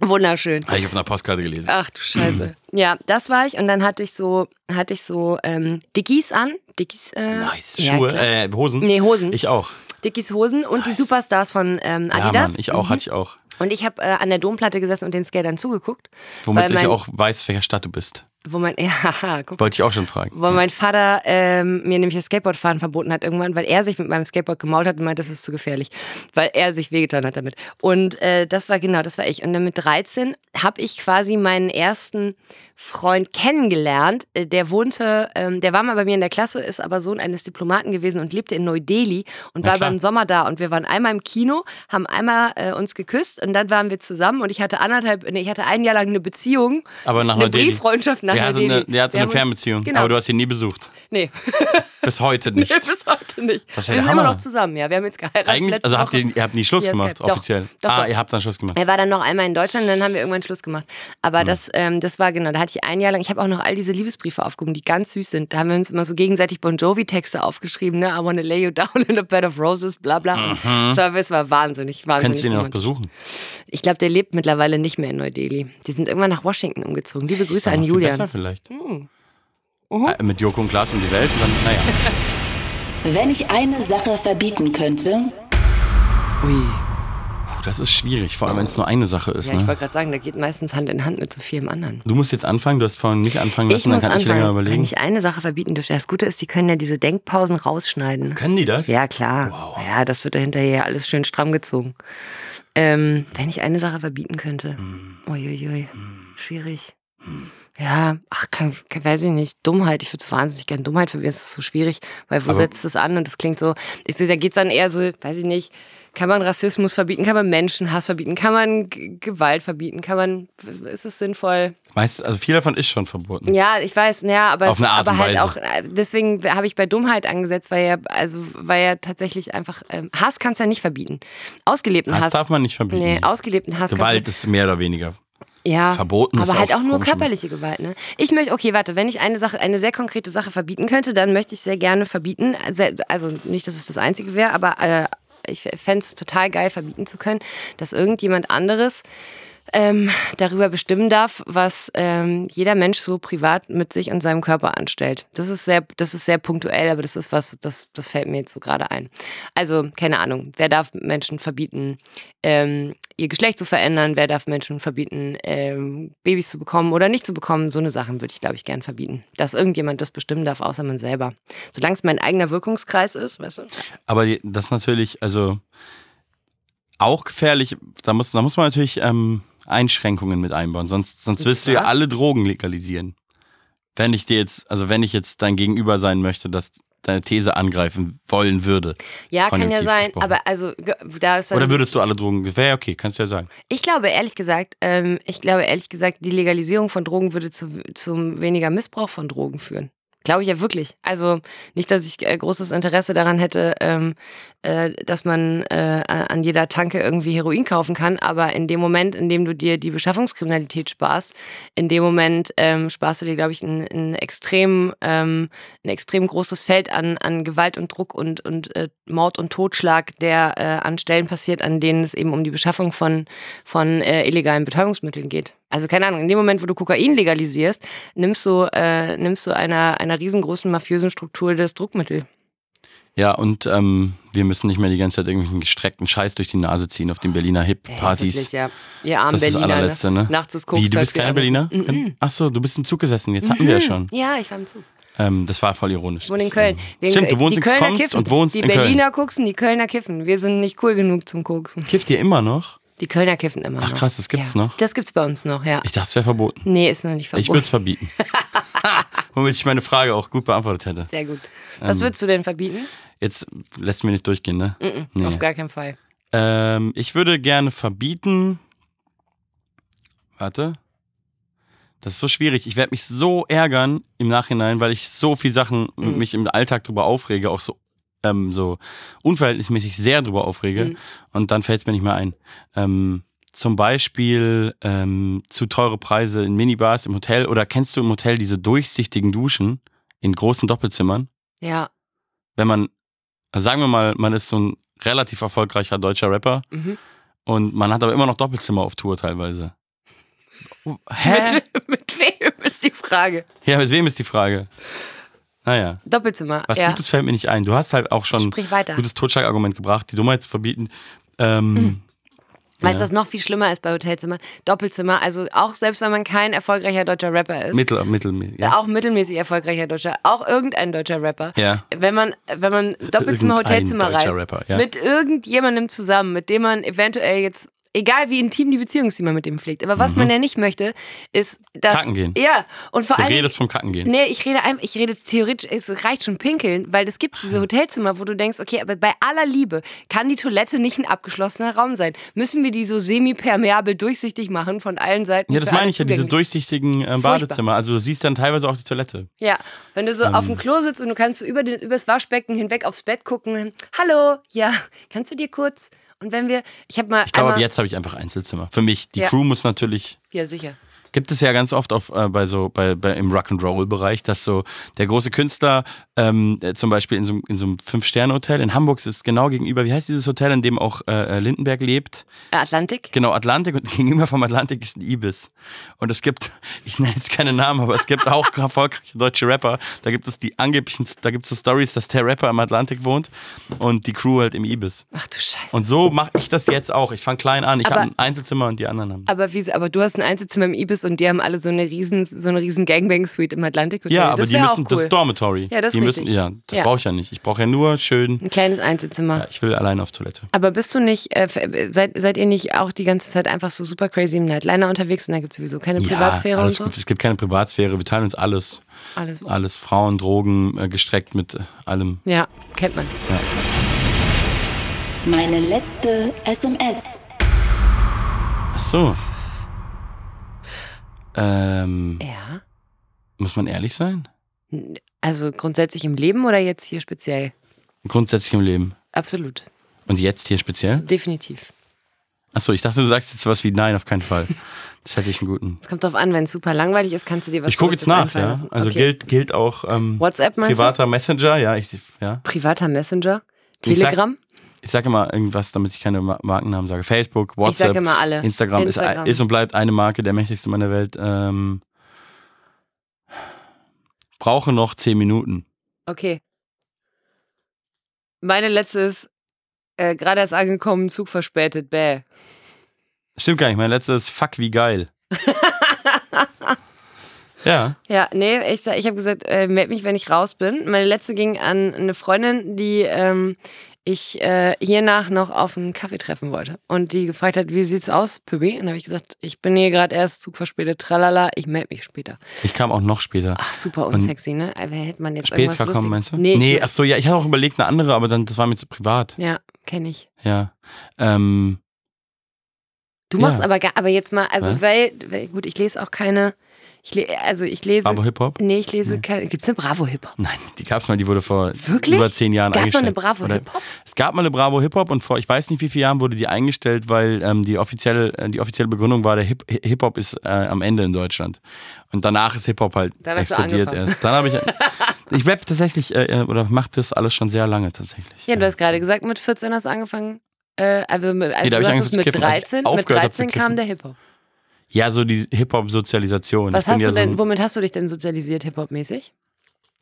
Speaker 3: Wunderschön.
Speaker 4: Habe ich auf einer Postkarte gelesen.
Speaker 3: Ach du Scheiße. Ja, das war ich und dann hatte ich so, hatte ich so ähm, Dickies an. Dickies. Äh,
Speaker 4: Nice.
Speaker 3: ja,
Speaker 2: Schuhe,
Speaker 3: klar.
Speaker 2: äh, Hosen.
Speaker 3: Nee, Hosen.
Speaker 2: Ich auch.
Speaker 3: Dickies Hosen und die Superstars von ähm, Adidas.
Speaker 2: Ja, Mann, ich auch, hatte ich auch.
Speaker 3: Und ich habe äh, an der Domplatte gesessen und den Skatern zugeguckt.
Speaker 2: Womit
Speaker 3: weil
Speaker 2: ich
Speaker 3: mein,
Speaker 2: auch weiß, welcher Stadt du bist.
Speaker 3: Wo mein, ja, guck,
Speaker 2: Wollte ich auch schon fragen.
Speaker 3: wo mein Vater ähm, mir nämlich das Skateboardfahren verboten hat irgendwann, weil er sich mit meinem Skateboard gemault hat und meinte, das ist zu gefährlich, weil er sich wehgetan hat damit. Und äh, das war genau, das war ich. Und dann mit 13 habe ich quasi meinen ersten Freund kennengelernt. Äh, Der wohnte, ähm, der war mal bei mir in der Klasse, ist aber Sohn eines Diplomaten gewesen und lebte in Neu-Delhi und war
Speaker 2: klar.
Speaker 3: über den Sommer da. Und wir waren einmal im Kino, haben einmal äh, uns geküsst und dann waren wir zusammen. Und ich hatte anderthalb, nee, ich hatte ein Jahr lang eine Beziehung,
Speaker 2: Aber nach
Speaker 3: eine
Speaker 2: Neu-Delhi.
Speaker 3: Brieffreundschaft nach
Speaker 2: Der hatte
Speaker 3: Neu-Delhi.
Speaker 2: eine, der hatte
Speaker 3: Wir
Speaker 2: eine
Speaker 3: haben uns-
Speaker 2: Fernbeziehung,
Speaker 3: Genau.
Speaker 2: aber du hast ihn nie besucht.
Speaker 3: Nee.
Speaker 2: Bis heute nicht.
Speaker 3: Nee, bis heute nicht.
Speaker 2: Das ist ja der
Speaker 3: wir sind
Speaker 2: Hammer.
Speaker 3: immer noch zusammen, ja. Wir haben jetzt geheiratet.
Speaker 2: Eigentlich,
Speaker 3: letzte
Speaker 2: also habt
Speaker 3: Woche.
Speaker 2: ihr, ihr habt nie Schluss
Speaker 3: Ja,
Speaker 2: gemacht,
Speaker 3: Skype. Doch,
Speaker 2: offiziell.
Speaker 3: Doch,
Speaker 2: ah,
Speaker 3: doch.
Speaker 2: ihr habt dann Schluss gemacht.
Speaker 3: Er war dann noch einmal in Deutschland, dann haben wir irgendwann Schluss gemacht.
Speaker 2: Hm.
Speaker 3: Aber das, ähm, das war genau, da hatte ich ein Jahr lang, ich habe auch noch all diese Liebesbriefe aufgehoben, die ganz süß sind. Da haben wir uns immer so gegenseitig Bon Jovi-Texte aufgeschrieben, ne? I wanna lay you down in a bed of roses, bla bla. Das, war, das war wahnsinnig, wahnsinnig.
Speaker 2: Könntest Mhm. du ihn noch
Speaker 3: romantisch.
Speaker 2: besuchen?
Speaker 3: ich glaube, der lebt mittlerweile nicht mehr in Neu-Delhi. Die sind irgendwann nach Washington umgezogen. Liebe Grüße
Speaker 2: Noch
Speaker 3: an
Speaker 2: viel
Speaker 3: Julian. Hm. Mhm.
Speaker 2: Besser vielleicht. Äh, Mit Joko und Glas um die Welt und dann, naja.
Speaker 1: Wenn ich eine Sache verbieten könnte,
Speaker 3: Ui.
Speaker 2: Puh, das ist schwierig, vor allem wenn es nur eine Sache ist.
Speaker 3: Ja, ich
Speaker 2: ne?
Speaker 3: wollte gerade sagen, da geht meistens Hand in Hand mit so vielem anderen.
Speaker 2: Du musst jetzt anfangen, du hast vorhin nicht anfangen
Speaker 3: Ich
Speaker 2: lassen, dann
Speaker 3: muss
Speaker 2: kann
Speaker 3: anfangen.
Speaker 2: ich länger
Speaker 3: Wenn
Speaker 2: überlegen.
Speaker 3: ich eine Sache verbieten dürfte. Das Gute ist, die können ja diese Denkpausen rausschneiden.
Speaker 2: Können die das?
Speaker 3: Ja, klar. Ja, das wird da hinterher alles schön stramm gezogen. Ähm, wenn ich eine Sache verbieten könnte.
Speaker 2: Hm.
Speaker 3: Uiuiui. Schwierig. Ja, ach, kann, kann, weiß ich nicht. Dummheit. Ich würde es wahnsinnig gerne Dummheit verbieten. Das ist so schwierig, weil wo
Speaker 2: Aber-
Speaker 3: setzt es an? Und das klingt so, ich sehe, da geht es dann eher so, weiß ich nicht. Kann man Rassismus verbieten? Kann man Menschenhass verbieten? Kann man G Gewalt verbieten? Kann man, ist es sinnvoll?
Speaker 2: Meist, also viel davon ist schon verboten.
Speaker 3: Ja, ich weiß, ja, aber,
Speaker 2: Auf
Speaker 3: es,
Speaker 2: eine Art
Speaker 3: aber
Speaker 2: und
Speaker 3: halt auch,
Speaker 2: Weise.
Speaker 3: äh, deswegen habe ich bei Dummheit angesetzt, weil ja, also, weil ja tatsächlich einfach, ähm, Hass kannst du ja nicht verbieten. Ausgelebten
Speaker 2: Hass
Speaker 3: Hass.
Speaker 2: darf man nicht verbieten.
Speaker 3: Nee, ausgelebten Hass
Speaker 2: Gewalt
Speaker 3: kannst
Speaker 2: ist mehr oder weniger.
Speaker 3: du, ja,
Speaker 2: verboten ist
Speaker 3: Aber halt
Speaker 2: auch
Speaker 3: auch nur
Speaker 2: komisch.
Speaker 3: körperliche Gewalt, ne? Ich möchte, okay, warte, wenn ich eine Sache, eine sehr konkrete Sache verbieten könnte, dann möchte ich sehr gerne verbieten, sehr- also nicht, dass es das Einzige wäre, aber äh, ich fände es total geil, verbieten zu können, dass irgendjemand anderes ähm, darüber bestimmen darf, was ähm, jeder Mensch so privat mit sich und seinem Körper anstellt. Das ist sehr, das ist sehr punktuell, aber das ist was, das, das fällt mir jetzt so gerade ein. Also, keine Ahnung, wer darf Menschen verbieten, ähm, ihr Geschlecht zu verändern, wer darf Menschen verbieten, ähm, Babys zu bekommen oder nicht zu bekommen, so eine Sachen würde ich, glaube ich, gern verbieten. Dass irgendjemand das bestimmen darf, außer man selber. Solange es mein eigener Wirkungskreis ist, weißt du?
Speaker 2: Aber die- das ist natürlich, also auch gefährlich, da muss, da muss man natürlich ähm, Einschränkungen mit einbauen, sonst, sonst wirst du ja
Speaker 3: zwar?
Speaker 2: alle Drogen legalisieren. Wenn ich dir jetzt, also wenn ich jetzt dein Gegenüber sein möchte, dass deine These angreifen wollen würde.
Speaker 3: Ja, kann ja
Speaker 2: konjunktiv
Speaker 3: sein,
Speaker 2: gesprochen.
Speaker 3: aber also, ge- da ist dann
Speaker 2: Oder würdest du alle Drogen, wäre ja okay, kannst du ja sagen.
Speaker 3: Ich glaube ehrlich gesagt, ähm, ich glaube ehrlich gesagt, die Legalisierung von Drogen würde zu zum weniger Missbrauch von Drogen führen. Glaube ich ja wirklich. Also nicht, dass ich äh, großes Interesse daran hätte, ähm, äh, dass man äh, an jeder Tanke irgendwie Heroin kaufen kann, aber in dem Moment, in dem du dir die Beschaffungskriminalität sparst, in dem Moment ähm, sparst du dir, glaube ich, ein, ein, extrem, ähm, ein extrem großes Feld an, an Gewalt und Druck und, und äh, Mord und Totschlag, der äh, an Stellen passiert, an denen es eben um die Beschaffung von, von äh, illegalen Betäubungsmitteln geht. Also keine Ahnung, in dem Moment, wo du Kokain legalisierst, nimmst du, äh, nimmst du einer, einer riesengroßen mafiösen Struktur das Druckmittel.
Speaker 2: Ja, und ähm, wir müssen nicht mehr die ganze Zeit irgendwelchen gestreckten Scheiß durch die Nase ziehen auf den Berliner Hip-Partys.
Speaker 3: Ah, Wirklich, ja. Ihr armen
Speaker 2: Das ist das
Speaker 3: Berliner. ne?
Speaker 2: allerletzte, ne?
Speaker 3: Nachts ist Koks
Speaker 2: Wie, du bist keine Berliner?
Speaker 3: Mhm.
Speaker 2: Ach so, du bist im Zug gesessen, jetzt hatten wir ja schon.
Speaker 3: Ja, ich war im Zug.
Speaker 2: Ähm, das war voll ironisch.
Speaker 3: Mhm. Ich wohne in Köln. Wir
Speaker 2: Mhm. Stimmt, du wohnst
Speaker 3: die
Speaker 2: in
Speaker 3: Kölner
Speaker 2: kommst
Speaker 3: kiffen.
Speaker 2: und wohnst
Speaker 3: die
Speaker 2: in
Speaker 3: Berliner
Speaker 2: Köln.
Speaker 3: koksen, die Kölner kiffen. Wir sind nicht cool genug zum Koksen.
Speaker 2: Kifft ihr immer noch?
Speaker 3: Die Kölner kiffen immer
Speaker 2: Ach
Speaker 3: noch.
Speaker 2: krass, das gibt's
Speaker 3: ja.
Speaker 2: noch?
Speaker 3: Das gibt's bei uns noch, ja.
Speaker 2: Ich dachte, es wäre verboten.
Speaker 3: nee, ist noch nicht
Speaker 2: Ich würde
Speaker 3: verboten.
Speaker 2: es verbieten. Womit ich meine Frage auch gut beantwortet hätte.
Speaker 3: Sehr gut. Was
Speaker 2: Ähm.
Speaker 3: würdest du denn verbieten?
Speaker 2: Jetzt lässt mir nicht durchgehen, ne? Nee.
Speaker 3: Auf gar keinen Fall.
Speaker 2: Ähm, ich würde gerne verbieten. Warte. Das ist so schwierig. Ich werde mich so ärgern im Nachhinein, weil ich so viel Sachen mich im Alltag drüber aufrege, auch so, ähm, so unverhältnismäßig sehr drüber aufrege. Und dann fällt es mir nicht mehr ein. Ähm, zum Beispiel ähm, zu teure Preise in Minibars im Hotel oder kennst du im Hotel diese durchsichtigen Duschen in großen Doppelzimmern?
Speaker 3: Ja.
Speaker 2: wenn man, also sagen wir mal, man ist so ein relativ erfolgreicher deutscher Rapper
Speaker 3: Mhm.
Speaker 2: und man hat aber immer noch Doppelzimmer auf Tour teilweise. Hä?
Speaker 3: Mit, mit wem ist die Frage?
Speaker 2: Ja, mit wem ist die Frage? Naja,
Speaker 3: Doppelzimmer.
Speaker 2: was
Speaker 3: ja.
Speaker 2: Gutes fällt mir nicht ein. Du hast halt auch schon ein
Speaker 3: Sprich weiter.
Speaker 2: gutes Totschlagargument gebracht, die Dummheit zu verbieten. Ähm,
Speaker 3: Hm. Weißt du, was noch viel schlimmer ist bei Hotelzimmern? Doppelzimmer. Also auch selbst wenn man kein erfolgreicher deutscher Rapper ist,
Speaker 2: Mittel, mittel, ja.
Speaker 3: auch mittelmäßig erfolgreicher deutscher, auch irgendein deutscher Rapper,
Speaker 2: Ja.
Speaker 3: wenn man wenn man Doppelzimmer
Speaker 2: Irgendein
Speaker 3: Hotelzimmer
Speaker 2: deutscher
Speaker 3: reist
Speaker 2: Rapper, ja.
Speaker 3: mit irgendjemandem zusammen, mit dem man eventuell jetzt Egal wie intim die Beziehung ist, die man mit dem pflegt. Aber was man ja nicht möchte, ist, dass.
Speaker 2: Mhm. Kacken gehen.
Speaker 3: Ja. Und vor
Speaker 2: Du
Speaker 3: allem.
Speaker 2: redest vom Kacken gehen.
Speaker 3: Nee, ich rede einfach, ich rede theoretisch, es reicht schon pinkeln, weil es gibt
Speaker 2: Hm.
Speaker 3: diese Hotelzimmer, wo du denkst, okay, aber bei aller Liebe kann die Toilette nicht ein abgeschlossener Raum sein. Müssen wir die so semi-permeabel durchsichtig machen von allen Seiten?
Speaker 2: Ja, das
Speaker 3: für alle
Speaker 2: meine ich ja, diese
Speaker 3: zugänglich?
Speaker 2: durchsichtigen äh, Badezimmer. Also du siehst dann teilweise auch die Toilette.
Speaker 3: Ja, wenn du so auf
Speaker 2: Ähm.
Speaker 3: dem Klo sitzt und du kannst so über, den, über das Waschbecken hinweg aufs Bett gucken. Hallo, ja, kannst du dir kurz? Und wenn wir, ich habe mal
Speaker 2: Ich glaube, ab
Speaker 3: einmal,
Speaker 2: jetzt habe ich einfach Einzelzimmer. Für mich, die
Speaker 3: Ja.
Speaker 2: Crew muss natürlich
Speaker 3: ja sicher.
Speaker 2: gibt es ja ganz oft auf, äh, bei so bei, bei im Rock'n'Roll-Bereich, dass so der große Künstler ähm, äh, zum Beispiel in so, einem- in so einem Fünf-Sterne-Hotel in Hamburg ist genau gegenüber, wie heißt dieses Hotel, in dem auch äh, äh, Lindenberg lebt?
Speaker 3: Äh, Atlantik?
Speaker 2: Genau, Atlantik und gegenüber vom Atlantik ist ein Ibis. Und es gibt, ich nenne jetzt keine Namen, aber es gibt auch erfolgreiche deutsche Rapper. Da gibt es die angeblichen, da gibt es so Stories, dass der Rapper im Atlantik wohnt und die Crew halt im Ibis.
Speaker 3: Ach du Scheiße.
Speaker 2: Und so mache ich das jetzt auch. Ich fange klein an. Ich
Speaker 3: Aber-
Speaker 2: habe ein Einzelzimmer und die anderen haben.
Speaker 3: aber, wieso, aber du hast ein Einzelzimmer im Ibis und die haben alle so eine riesen, so eine riesen Gangbang-Suite im Atlantik.
Speaker 2: Ja, aber die
Speaker 3: Äh, wär auch
Speaker 2: müssen, das
Speaker 3: cool.
Speaker 2: ist Dormitory.
Speaker 3: Ja, das
Speaker 2: die
Speaker 3: ist
Speaker 2: müssen,
Speaker 3: richtig.
Speaker 2: ja, das
Speaker 3: Ja.
Speaker 2: brauche ich ja nicht. Ich brauche ja nur schön,
Speaker 3: Ein kleines Einzelzimmer.
Speaker 2: ich will alleine auf Toilette.
Speaker 3: Aber bist du nicht, äh, ver- seid, seid ihr nicht auch die ganze Zeit einfach so super crazy im Nightliner unterwegs und da gibt es sowieso keine Privatsphäre
Speaker 2: ja,
Speaker 3: und
Speaker 2: alles
Speaker 3: so?
Speaker 2: gut. Es gibt keine Privatsphäre, wir teilen uns alles.
Speaker 3: Alles.
Speaker 2: Alles, Frauen, Drogen, äh, gestreckt mit äh, allem.
Speaker 3: Ja, kennt man.
Speaker 1: Meine letzte SMS.
Speaker 2: Ach so. Ähm,
Speaker 3: Ja.
Speaker 2: muss man ehrlich sein?
Speaker 3: Also grundsätzlich im Leben oder jetzt hier speziell?
Speaker 2: Grundsätzlich im Leben.
Speaker 3: Absolut.
Speaker 2: Und jetzt hier speziell?
Speaker 3: Definitiv.
Speaker 2: Ach so, ich dachte, du sagst jetzt was wie nein, auf keinen Fall. Das hätte ich einen guten.
Speaker 3: Es kommt drauf an, wenn es super langweilig ist, kannst du dir was
Speaker 2: Ich gucke jetzt
Speaker 3: Kurzes
Speaker 2: nach,
Speaker 3: einfallen
Speaker 2: ja.
Speaker 3: lassen.
Speaker 2: Also
Speaker 3: Okay.
Speaker 2: gilt, gilt auch ähm,
Speaker 3: WhatsApp meinst du?
Speaker 2: privater Messenger, ja. Ich, ja.
Speaker 3: Privater Messenger,
Speaker 2: Ich sag-
Speaker 3: Telegram.
Speaker 2: ich sage immer irgendwas, damit ich keine Ma- Markennamen sage. Facebook, WhatsApp,
Speaker 3: sag immer alle.
Speaker 2: Instagram,
Speaker 3: Instagram.
Speaker 2: Ist, ist und bleibt eine Marke, der mächtigste Mann der Welt. Ähm, brauche noch zehn Minuten.
Speaker 3: Okay. Meine letzte ist äh, gerade erst angekommen, Zug verspätet, bäh.
Speaker 2: Stimmt gar nicht, mein letztes ist Fuck wie geil. ja,
Speaker 3: Ja, nee, ich, sa- ich habe gesagt, äh, meld mich, wenn ich raus bin. Meine letzte ging an eine Freundin, die ähm, ich äh, hiernach noch auf einen Kaffee treffen wollte. Und die gefragt hat, wie sieht's aus, Pübi? Und habe ich gesagt, ich bin hier gerade erst Zug verspätet, tralala, ich melde mich später.
Speaker 2: ich kam auch noch später.
Speaker 3: Ach, super unsexy, ne? Aber hätte man Ah, jetzt
Speaker 2: Spät
Speaker 3: irgendwas
Speaker 2: verkommen, meinst
Speaker 3: Lustiges.
Speaker 2: du?
Speaker 3: Nee,
Speaker 2: nee
Speaker 3: ich,
Speaker 2: ach so, ja, ich hatte auch überlegt, eine andere, aber dann, das war mir zu privat.
Speaker 3: ja, kenne ich.
Speaker 2: Ja. Ähm,
Speaker 3: Du machst
Speaker 2: Ja.
Speaker 3: aber, gar, aber jetzt mal, also
Speaker 2: Hä?
Speaker 3: weil, weil, gut, ich lese auch keine, Ich le also ich lese.
Speaker 2: Bravo Hip Hop?
Speaker 3: Nee, ich lese keine. Gibt es eine Bravo Hip Hop?
Speaker 2: Nein, die gab es mal, die wurde vor
Speaker 3: Wirklich?
Speaker 2: über zehn Jahren
Speaker 3: Es gab mal
Speaker 2: eingestellt.
Speaker 3: eine Bravo
Speaker 2: Oder-
Speaker 3: Hip Hop?
Speaker 2: Es gab mal eine Bravo Hip Hop und vor ich weiß nicht wie vielen Jahren wurde die eingestellt, weil ähm, die, offizielle, äh, die offizielle Begründung war, der Hip- Hip Hop ist äh, am Ende in Deutschland. Und danach ist Hip Hop halt
Speaker 3: Dann hast du
Speaker 2: explodiert
Speaker 3: angefangen.
Speaker 2: erst. Dann habe ich. ich rap tatsächlich äh, äh, oder mache das alles schon sehr lange tatsächlich.
Speaker 3: Ja, du hast gerade gesagt, mit 14 hast du angefangen. Äh, also mit, als
Speaker 2: Nee, da
Speaker 3: du
Speaker 2: hab ich
Speaker 3: sagtest,
Speaker 2: angefangen zu
Speaker 3: mit
Speaker 2: kiffen, als ich
Speaker 3: 13, mit
Speaker 2: aufgehört hab zu
Speaker 3: 13 kam
Speaker 2: kiffen.
Speaker 3: der Hip Hop.
Speaker 2: Ja, so die Hip Hop Sozialisation.
Speaker 3: Was
Speaker 2: ich bin
Speaker 3: hast
Speaker 2: ja
Speaker 3: du denn,
Speaker 2: So ein,
Speaker 3: womit hast du dich denn sozialisiert, Hip-Hop-mäßig?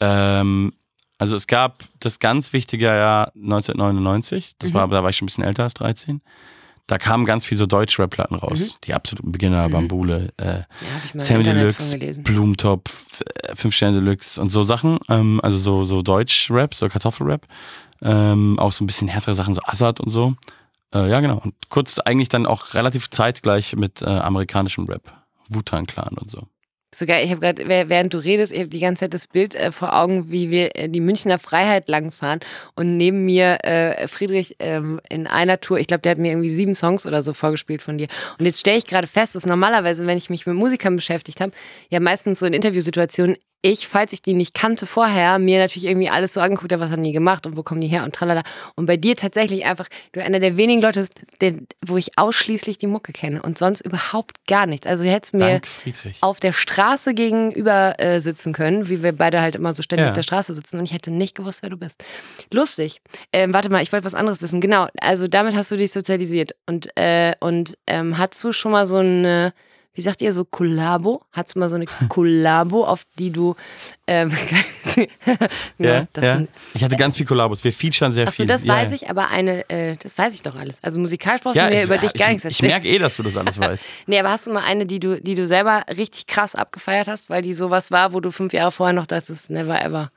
Speaker 2: ähm, also es gab das ganz wichtige Jahr 1999. Das
Speaker 3: Mhm.
Speaker 2: war, da war ich schon ein bisschen älter als 13. Da kamen ganz viel so Deutsch-Rap-Platten raus.
Speaker 3: Mhm.
Speaker 2: Die absoluten Beginner, Bambule, äh,
Speaker 3: Ja, habe ich mal
Speaker 2: Sammy
Speaker 3: im Internet von
Speaker 2: Deluxe,
Speaker 3: gelesen.
Speaker 2: Blumentopf, äh, Fünf Sterne Deluxe und so Sachen. Ähm, also so, so Deutsch-Rap, so Kartoffelrap. Ähm, auch so ein bisschen härtere Sachen, so Assad und so. Äh, ja, genau. Und kurz eigentlich dann auch relativ zeitgleich mit äh, amerikanischem Rap. Wutan-Clan und so.
Speaker 3: Sogar, ich habe gerade, wer- während du redest, ich habe die ganze Zeit das Bild äh, vor Augen, wie wir äh, die Münchner Freiheit langfahren und neben mir äh, Friedrich ähm, in einer Tour, ich glaube, der hat mir irgendwie sieben Songs oder so vorgespielt von dir. Und jetzt stelle ich gerade fest, dass normalerweise, wenn ich mich mit Musikern beschäftigt habe, ja meistens so in Interviewsituationen, ich, falls ich die nicht kannte vorher, mir natürlich irgendwie alles so angeguckt habe, was haben die gemacht und wo kommen die her und tralala. Und bei dir tatsächlich einfach, du einer der wenigen Leute, bist, der, wo ich ausschließlich die Mucke kenne und sonst überhaupt gar nichts. Also du hättest mir
Speaker 2: Dank, Friedrich.
Speaker 3: auf der Straße gegenüber äh, sitzen können, wie wir beide halt immer so ständig
Speaker 2: Ja.
Speaker 3: auf der Straße sitzen und ich hätte nicht gewusst, wer du bist. Lustig. Ähm, warte mal, ich wollte was anderes wissen. Genau, also damit hast du dich sozialisiert und, äh, und ähm, hast du schon mal so eine, wie sagt ihr, so Kollabo? Hattest du mal so eine Kollabo, auf die du, ähm, Na,
Speaker 2: Ja,
Speaker 3: das
Speaker 2: ja.
Speaker 3: sind-
Speaker 2: Ich hatte ganz viel Kollabos. Wir featuren sehr
Speaker 3: Achso,
Speaker 2: viel.
Speaker 3: das
Speaker 2: ja,
Speaker 3: weiß
Speaker 2: ja.
Speaker 3: ich, aber eine, äh, das weiß ich doch alles. Also musikalisch brauchst
Speaker 2: Ja,
Speaker 3: du mir
Speaker 2: ich-
Speaker 3: über dich
Speaker 2: ich-
Speaker 3: gar nichts
Speaker 2: Ich
Speaker 3: erzählen.
Speaker 2: merke eh, dass du das alles weißt.
Speaker 3: Nee, aber hast du mal eine, die du, die du selber richtig krass abgefeiert hast, weil die sowas war, wo du fünf Jahre vorher noch dachtest, never ever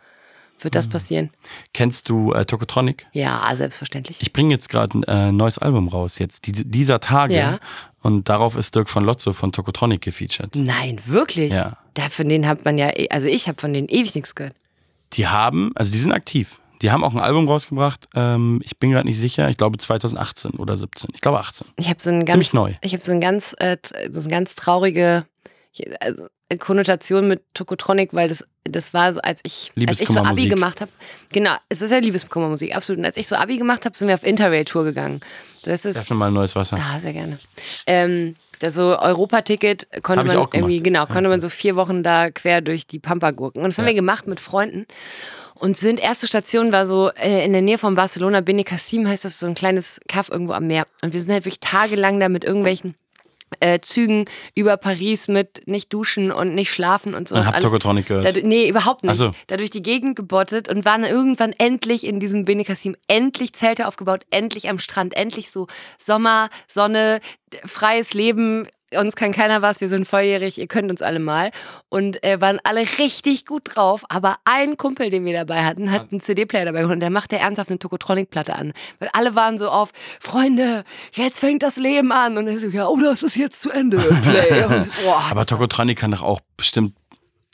Speaker 3: wird
Speaker 2: Hm.
Speaker 3: das passieren?
Speaker 2: Kennst du äh, Tokotronic?
Speaker 3: Ja, selbstverständlich.
Speaker 2: Ich bringe jetzt gerade ein äh, neues Album raus, jetzt die, dieser Tage.
Speaker 3: Ja.
Speaker 2: Und darauf ist Dirk von Lotso von Tokotronic gefeatured.
Speaker 3: Nein, wirklich?
Speaker 2: Ja.
Speaker 3: Da, von denen hat man ja, eh- also ich habe von denen ewig nichts gehört.
Speaker 2: Die haben, also die sind aktiv. Die haben auch ein Album rausgebracht. Ähm, ich bin gerade nicht sicher. Ich glaube 2018 oder 17. Ich glaube 18.
Speaker 3: Ich habe so ein ganz,
Speaker 2: Ziemlich neu.
Speaker 3: ich habe so ein ganz, äh, t- so eine ganz traurige ich- also, äh, Konnotation mit Tokotronic, weil das, das war so, als ich, als ich so Abi
Speaker 2: Liebeskummermusik.
Speaker 3: gemacht habe. Genau, es ist ja Liebeskummermusik, absolut. Und als ich so Abi gemacht habe, sind wir auf Interrail-Tour gegangen. Das ist,
Speaker 2: Öffne mal ein neues Wasser.
Speaker 3: Ah, sehr gerne. Ähm, das so Europaticket konnte
Speaker 2: Hab ich
Speaker 3: man
Speaker 2: auch gemacht.
Speaker 3: irgendwie, genau, konnte man so vier Wochen da quer durch die Pampa gurken. Und das haben wir gemacht mit Freunden. Und sind, erste Station war so äh, in der Nähe von Barcelona, Bene Cassim heißt das, so ein kleines Kaff irgendwo am Meer. Und wir sind halt wirklich tagelang da mit irgendwelchen äh, Zügen über Paris mit nicht duschen und nicht schlafen und so.
Speaker 2: Und hab
Speaker 3: Alles-
Speaker 2: Tokotronic gehört.
Speaker 3: Dadurch, nee, überhaupt nicht.
Speaker 2: Ach so.
Speaker 3: Dadurch die Gegend gebottet und waren irgendwann endlich in diesem Bene Kassim, endlich Zelte aufgebaut, endlich am Strand, endlich so Sommer, Sonne, d- freies Leben. Uns kann keiner was, wir sind volljährig, ihr könnt uns alle mal. Und äh, waren alle richtig gut drauf, aber ein Kumpel, den wir dabei hatten, hat einen CD-Player dabei geholt und der machte ernsthaft eine Tokotronic-Platte an. Weil alle waren so auf, Freunde, jetzt fängt das Leben an. Und er so, ja, oh, das ist jetzt zu Ende. Play. Und, boah,
Speaker 2: Aber Tokotronic kann doch auch bestimmt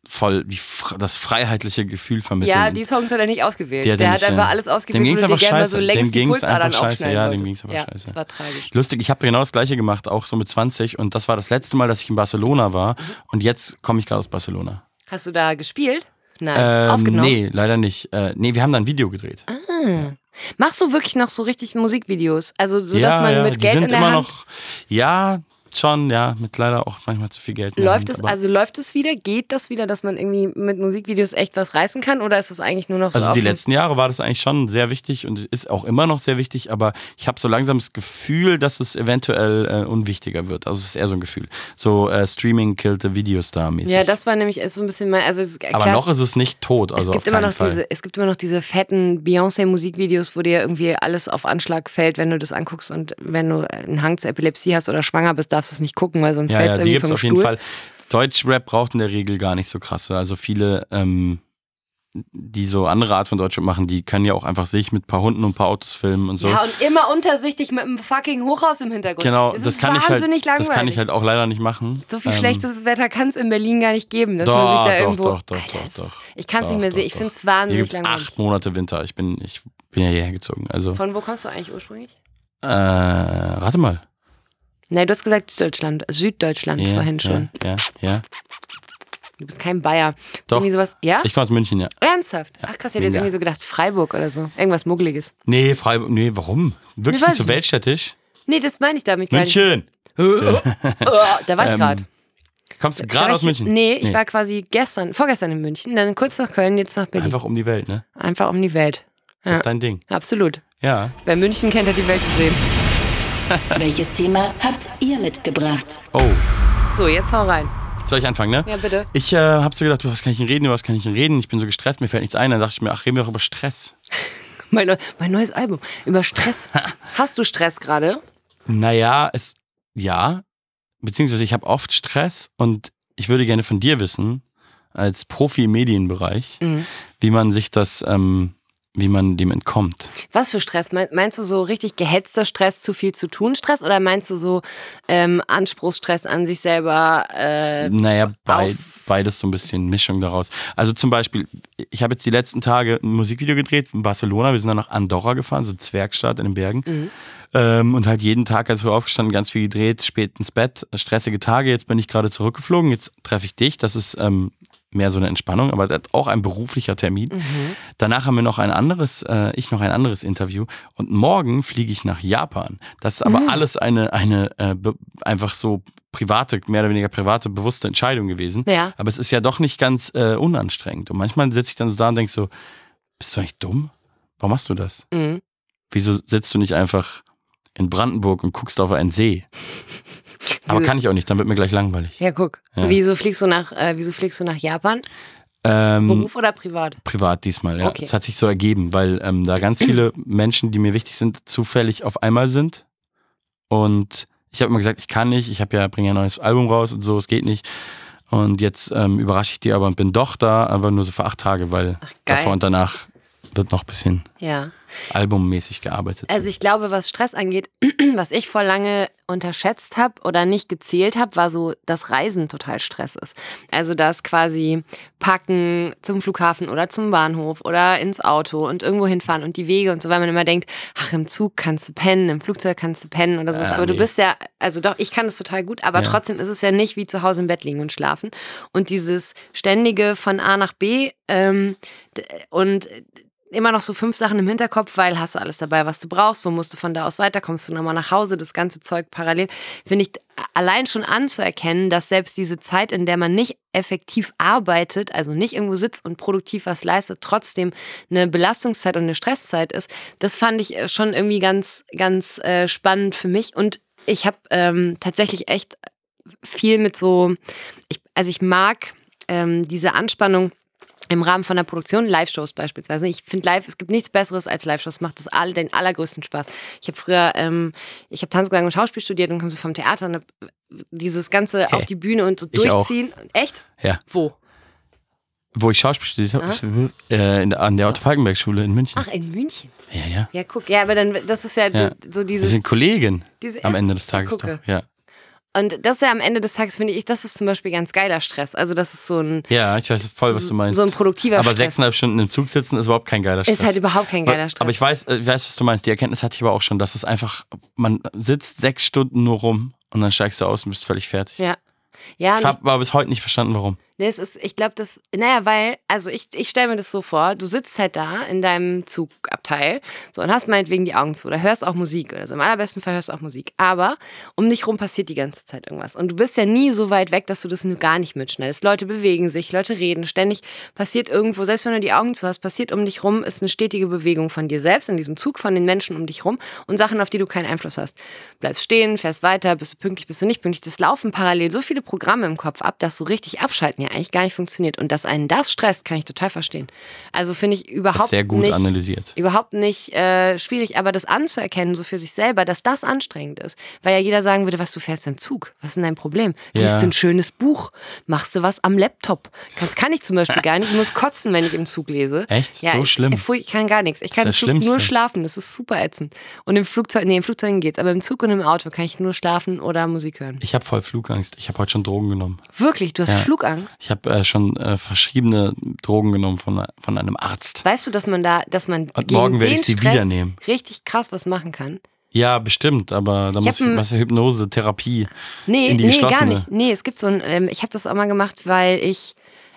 Speaker 2: voll die, Fre- das freiheitliche Gefühl vermitteln.
Speaker 3: Ja, die Songs hat er nicht ausgewählt.
Speaker 2: Die hat er
Speaker 3: der
Speaker 2: nicht,
Speaker 3: hat einfach
Speaker 2: ja.
Speaker 3: alles ausgewählt,
Speaker 2: Dem
Speaker 3: wo
Speaker 2: ging's
Speaker 3: du dir
Speaker 2: einfach
Speaker 3: gerne mal so
Speaker 2: scheiße.
Speaker 3: längst
Speaker 2: Dem
Speaker 3: die
Speaker 2: ging's
Speaker 3: Pulsadern
Speaker 2: einfach scheiße.
Speaker 3: aufschneiden
Speaker 2: Ja, dem
Speaker 3: wolltest.
Speaker 2: ging's einfach
Speaker 3: ja,
Speaker 2: scheiße.
Speaker 3: Das war tragisch.
Speaker 2: Lustig, ich habe genau das gleiche gemacht, auch so mit 20 und das war das letzte Mal, dass ich in Barcelona war und jetzt komme ich gerade aus Barcelona.
Speaker 3: Hast du da gespielt? Nein,
Speaker 2: Ähm,
Speaker 3: Äh, aufgenommen.
Speaker 2: Nee, leider nicht. Äh, nee, wir haben da ein Video gedreht.
Speaker 3: Machst du wirklich noch so richtig Musikvideos? Also so, dass
Speaker 2: ja,
Speaker 3: man
Speaker 2: ja,
Speaker 3: mit
Speaker 2: die
Speaker 3: Geld
Speaker 2: sind
Speaker 3: in der
Speaker 2: immer
Speaker 3: Hand
Speaker 2: noch, ja, schon, ja, mit leider auch manchmal zu viel Geld. in der
Speaker 3: läuft
Speaker 2: Hand,
Speaker 3: es
Speaker 2: aber-
Speaker 3: also läuft es wieder? Geht das wieder, dass man irgendwie mit Musikvideos echt was reißen kann? Oder ist das eigentlich nur noch so
Speaker 2: Also die
Speaker 3: auf-
Speaker 2: letzten Jahre war das eigentlich schon sehr wichtig und ist auch immer noch sehr wichtig, aber ich habe so langsam das Gefühl, dass es eventuell äh, unwichtiger wird. Also es ist eher so ein Gefühl. So äh, Streaming killt the Video Star mäßig.
Speaker 3: Ja, das war nämlich ist so ein bisschen mein. Also es ist
Speaker 2: aber
Speaker 3: klar,
Speaker 2: noch ist es nicht tot. Also
Speaker 3: es
Speaker 2: auf
Speaker 3: gibt,
Speaker 2: keinen
Speaker 3: immer noch
Speaker 2: Fall.
Speaker 3: diese, es gibt immer noch diese fetten Beyoncé-Musikvideos, wo dir irgendwie alles auf Anschlag fällt, wenn du das anguckst und wenn du einen Hang zur Epilepsie hast oder schwanger bist, darfst du es nicht gucken, weil sonst
Speaker 2: Ja, ja,
Speaker 3: fällst du
Speaker 2: die gibt's
Speaker 3: irgendwie vom
Speaker 2: auf jeden
Speaker 3: Stuhl.
Speaker 2: Fall. Deutschrap braucht in der Regel gar nicht so krasse. Also viele, ähm, die so andere Art von Deutschrap machen, die können ja auch einfach sich mit ein paar Hunden und ein paar Autos filmen und so.
Speaker 3: Ja, und immer untersichtig mit einem fucking Hochhaus im Hintergrund.
Speaker 2: genau,
Speaker 3: es
Speaker 2: das,
Speaker 3: ist
Speaker 2: kann ich halt,
Speaker 3: wahnsinnig langweilig.
Speaker 2: das kann ich halt auch leider nicht machen.
Speaker 3: so viel
Speaker 2: Ähm,
Speaker 3: schlechtes Wetter kann es in Berlin gar nicht geben, dass
Speaker 2: Doch,
Speaker 3: man sich da
Speaker 2: doch,
Speaker 3: irgendwo.
Speaker 2: doch, doch,
Speaker 3: Alter,
Speaker 2: doch,
Speaker 3: es-
Speaker 2: doch.
Speaker 3: Ich kann es nicht
Speaker 2: Doch,
Speaker 3: mehr sehen.
Speaker 2: doch,
Speaker 3: Ich finde es
Speaker 2: Hier
Speaker 3: wahnsinnig
Speaker 2: gibt's
Speaker 3: langweilig.
Speaker 2: acht Monate Winter. Ich bin, ich bin ja hierher gezogen. Also,
Speaker 3: Von wo kommst du eigentlich ursprünglich?
Speaker 2: äh, rate mal.
Speaker 3: Nein, du hast gesagt Süddeutschland, Süddeutschland
Speaker 2: Ja,
Speaker 3: vorhin schon.
Speaker 2: Ja, ja, ja.
Speaker 3: Du bist kein Bayer. Ist
Speaker 2: Doch.
Speaker 3: Irgendwie sowas. Ja?
Speaker 2: Ich komme aus München, ja.
Speaker 3: Ernsthaft? Ach krass, ich hätte jetzt
Speaker 2: Ja.
Speaker 3: irgendwie so gedacht, Freiburg oder so. Irgendwas Muggeliges.
Speaker 2: Nee, Freiburg. Nee, warum? Wirklich
Speaker 3: Nee, weiß
Speaker 2: so
Speaker 3: ich nicht.
Speaker 2: weltstädtisch?
Speaker 3: Nee, das meine ich damit gar nicht.
Speaker 2: München!
Speaker 3: Oh, da war ich gerade.
Speaker 2: Kommst du
Speaker 3: Da
Speaker 2: gerade
Speaker 3: war
Speaker 2: aus
Speaker 3: ich-
Speaker 2: München?
Speaker 3: Äh, Nee, ich war quasi gestern, vorgestern in München, dann kurz nach Köln, jetzt nach Berlin. Einfach,
Speaker 2: Einfach um die Welt, ne?
Speaker 3: um die Welt.
Speaker 2: Das
Speaker 3: Ja,
Speaker 2: ist dein Ding.
Speaker 3: absolut.
Speaker 2: Ja.
Speaker 3: Wer München kennt, hat die Welt gesehen.
Speaker 1: Welches Thema habt ihr mitgebracht?
Speaker 2: Oh.
Speaker 3: So, jetzt hau rein.
Speaker 2: Soll ich anfangen, ne?
Speaker 3: Ja, bitte.
Speaker 2: Ich äh, habe so gedacht, über was kann ich denn reden, über was kann ich denn reden? Ich bin so gestresst, mir fällt nichts ein. Dann dachte ich mir, ach, reden wir doch über Stress.
Speaker 3: Mein, neu- mein neues Album über Stress. Hast du Stress gerade?
Speaker 2: Naja, es, ja. Beziehungsweise ich habe oft Stress und ich würde gerne von dir wissen, als Profi im Medienbereich, wie man sich das, ähm, wie man dem entkommt.
Speaker 3: Was für Stress? Mein- Meinst du so richtig gehetzter Stress, zu viel zu tun Stress? Oder meinst du so ähm, Anspruchsstress an sich selber? Äh,
Speaker 2: Naja, bei,
Speaker 3: auf-
Speaker 2: beides so ein bisschen Mischung daraus. Also zum Beispiel, ich habe jetzt die letzten Tage ein Musikvideo gedreht in Barcelona. Wir sind dann nach Andorra gefahren, so Zwergstaat in den Bergen. Ähm, und halt jeden Tag, als wir aufgestanden, ganz viel gedreht, spät ins Bett, stressige Tage. Jetzt bin ich gerade zurückgeflogen, jetzt treffe ich dich. Das ist ähm, mehr so eine Entspannung, aber das ist auch ein beruflicher Termin. Danach haben wir noch ein anderes, äh, ich noch ein anderes Interview. Und morgen fliege ich nach Japan. Das ist aber alles eine, eine äh, be- einfach so private, mehr oder weniger private, bewusste Entscheidung gewesen.
Speaker 3: Ja.
Speaker 2: Aber es ist ja doch nicht ganz äh, unanstrengend. Und manchmal sitze ich dann so da und denke so, bist du eigentlich dumm? Warum machst du das?
Speaker 3: mhm.
Speaker 2: Wieso sitzt du nicht einfach in Brandenburg und guckst auf einen See? Aber
Speaker 3: Wieso-
Speaker 2: kann ich auch nicht, dann wird mir gleich langweilig.
Speaker 3: Ja, guck.
Speaker 2: Ja.
Speaker 3: Wieso, fliegst du nach, äh, wieso fliegst du nach Japan?
Speaker 2: Ähm,
Speaker 3: Beruf oder privat?
Speaker 2: privat diesmal, ja.
Speaker 3: Okay.
Speaker 2: Das hat sich so ergeben, weil ähm, da ganz viele Menschen, die mir wichtig sind, zufällig auf einmal sind. Und ich habe immer gesagt, ich kann nicht, ich habe ja, bringe ja ein neues Album raus und so, es geht nicht. Und jetzt ähm, überrasche ich die aber und bin doch da, aber nur so für acht Tage, weil
Speaker 3: geil.
Speaker 2: davor und danach wird noch ein bisschen
Speaker 3: Ja.
Speaker 2: albummäßig gearbeitet.
Speaker 3: Also ich glaube, was Stress angeht, was ich vor lange unterschätzt habe oder nicht gezählt habe, war so, dass Reisen total Stress ist. Also das quasi packen zum Flughafen oder zum Bahnhof oder ins Auto und irgendwo hinfahren und die Wege und so, weil man immer denkt, ach, im Zug kannst du pennen, im Flugzeug kannst du pennen oder sowas.
Speaker 2: Ah,
Speaker 3: aber du
Speaker 2: nee.
Speaker 3: bist ja, also doch, ich kann das total gut, aber
Speaker 2: Ja.
Speaker 3: trotzdem ist es ja nicht wie zu Hause im Bett liegen und schlafen. Und dieses ständige von A nach B ähm, d- und immer noch so fünf Sachen im Hinterkopf, weil hast du alles dabei, was du brauchst, wo musst du von da aus weiter, kommst du nochmal nach Hause, das ganze Zeug parallel, finde ich allein schon anzuerkennen, dass selbst diese Zeit, in der man nicht effektiv arbeitet, also nicht irgendwo sitzt und produktiv was leistet, trotzdem eine Belastungszeit und eine Stresszeit ist, das fand ich äh, schon irgendwie ganz, ganz äh, spannend für mich und ich habe ähm, tatsächlich echt viel mit so, ich, also ich mag ähm, diese Anspannung im Rahmen von der Produktion, Live-Shows beispielsweise. Ich finde live, es gibt nichts Besseres als Live-Shows, macht das all, den allergrößten Spaß. Ich habe früher, ähm, ich habe Tanzgesang und Schauspiel studiert und komme so vom Theater und hab dieses Ganze auf die Bühne und so
Speaker 2: Ich auch.
Speaker 3: durchziehen. Echt?
Speaker 2: ja.
Speaker 3: Wo?
Speaker 2: Wo ich Schauspiel studiert habe, äh, in der- an der Otto-Falkenberg-Schule in München.
Speaker 3: Ach, in München.
Speaker 2: Ja, ja.
Speaker 3: Ja, guck, ja, aber dann, das ist ja,
Speaker 2: Ja.
Speaker 3: so
Speaker 2: Wir
Speaker 3: dieses,
Speaker 2: sind Kollegen
Speaker 3: diese-
Speaker 2: am
Speaker 3: ja,
Speaker 2: Ende des
Speaker 3: ich
Speaker 2: Tages.
Speaker 3: gucke.
Speaker 2: Doch. Ja.
Speaker 3: und das ist ja am Ende des Tages, finde ich, das ist zum Beispiel ganz geiler Stress. Also, das ist so ein,
Speaker 2: ja, ich weiß voll, was du meinst.
Speaker 3: so ein produktiver
Speaker 2: aber
Speaker 3: Stress.
Speaker 2: sechseinhalb Stunden im Zug sitzen ist überhaupt kein geiler Stress.
Speaker 3: ist halt überhaupt kein geiler Stress.
Speaker 2: Aber ich weiß, äh, ich weiß, was du meinst. Die Erkenntnis hatte ich aber auch schon, dass es einfach, man sitzt sechs Stunden nur rum und dann steigst du aus und bist völlig fertig.
Speaker 3: ja.
Speaker 2: Ich
Speaker 3: Ja, und ich-
Speaker 2: habe aber bis heute nicht verstanden, warum.
Speaker 3: Nee, Ne, es ist, ich glaube, das, naja, weil, also ich, ich stelle mir das so vor, du sitzt halt da in deinem Zugabteil so, und hast meinetwegen die Augen zu oder hörst auch Musik oder so. Im allerbesten Fall hörst du auch Musik. Aber um dich rum passiert die ganze Zeit irgendwas. Und du bist ja nie so weit weg, dass du das nur gar nicht mitschneidest. Leute bewegen sich, Leute reden, ständig passiert irgendwo, selbst wenn du die Augen zu hast, passiert um dich rum, ist eine stetige Bewegung von dir selbst, in diesem Zug, von den Menschen um dich rum und Sachen, auf die du keinen Einfluss hast. Bleibst stehen, fährst weiter, bist du pünktlich, bist du nicht pünktlich. Das laufen parallel so viele Programme im Kopf ab, dass so richtig abschalten ja eigentlich gar nicht funktioniert. Und dass einen das stresst, kann ich total verstehen. Also finde ich
Speaker 2: Das
Speaker 3: überhaupt
Speaker 2: ist sehr gut
Speaker 3: nicht,
Speaker 2: analysiert.
Speaker 3: überhaupt nicht äh, schwierig, aber das anzuerkennen, so für sich selber, dass das anstrengend ist. Weil ja jeder sagen würde, was du fährst denn Zug? Was ist denn dein Problem?
Speaker 2: Ja.
Speaker 3: Liest ein schönes Buch, machst du was am Laptop. Das kann ich zum Beispiel gar nicht. Ich muss kotzen, wenn ich im Zug lese.
Speaker 2: Echt? So schlimm?
Speaker 3: Ich, ich kann gar nichts. Ich kann im
Speaker 2: Das ist das
Speaker 3: Zug nur
Speaker 2: Schlimmste.
Speaker 3: schlafen. Das ist super ätzend. Und im Flugzeug, nee, im Flugzeug geht's, aber im Zug und im Auto kann ich nur schlafen oder Musik hören.
Speaker 2: Ich habe voll Flugangst. Ich habe heute schon Drogen genommen.
Speaker 3: Wirklich, du hast
Speaker 2: Ja.
Speaker 3: Flugangst.
Speaker 2: Ich habe äh, schon äh, verschriebene Drogen genommen von, von einem Arzt.
Speaker 3: Weißt du, dass man da, dass man
Speaker 2: Und
Speaker 3: gegen
Speaker 2: morgen werde
Speaker 3: den
Speaker 2: ich sie
Speaker 3: Stress
Speaker 2: wieder nehmen.
Speaker 3: richtig krass was machen kann?
Speaker 2: Ja, bestimmt, aber da
Speaker 3: Ich
Speaker 2: muss
Speaker 3: hab
Speaker 2: ich,
Speaker 3: ein-
Speaker 2: was ist Hypnose, Therapie.
Speaker 3: Nee,
Speaker 2: in die
Speaker 3: nee, gar
Speaker 2: geschlossene.
Speaker 3: nicht. Nee, es gibt so ein, ähm, ich habe das auch mal gemacht, weil ich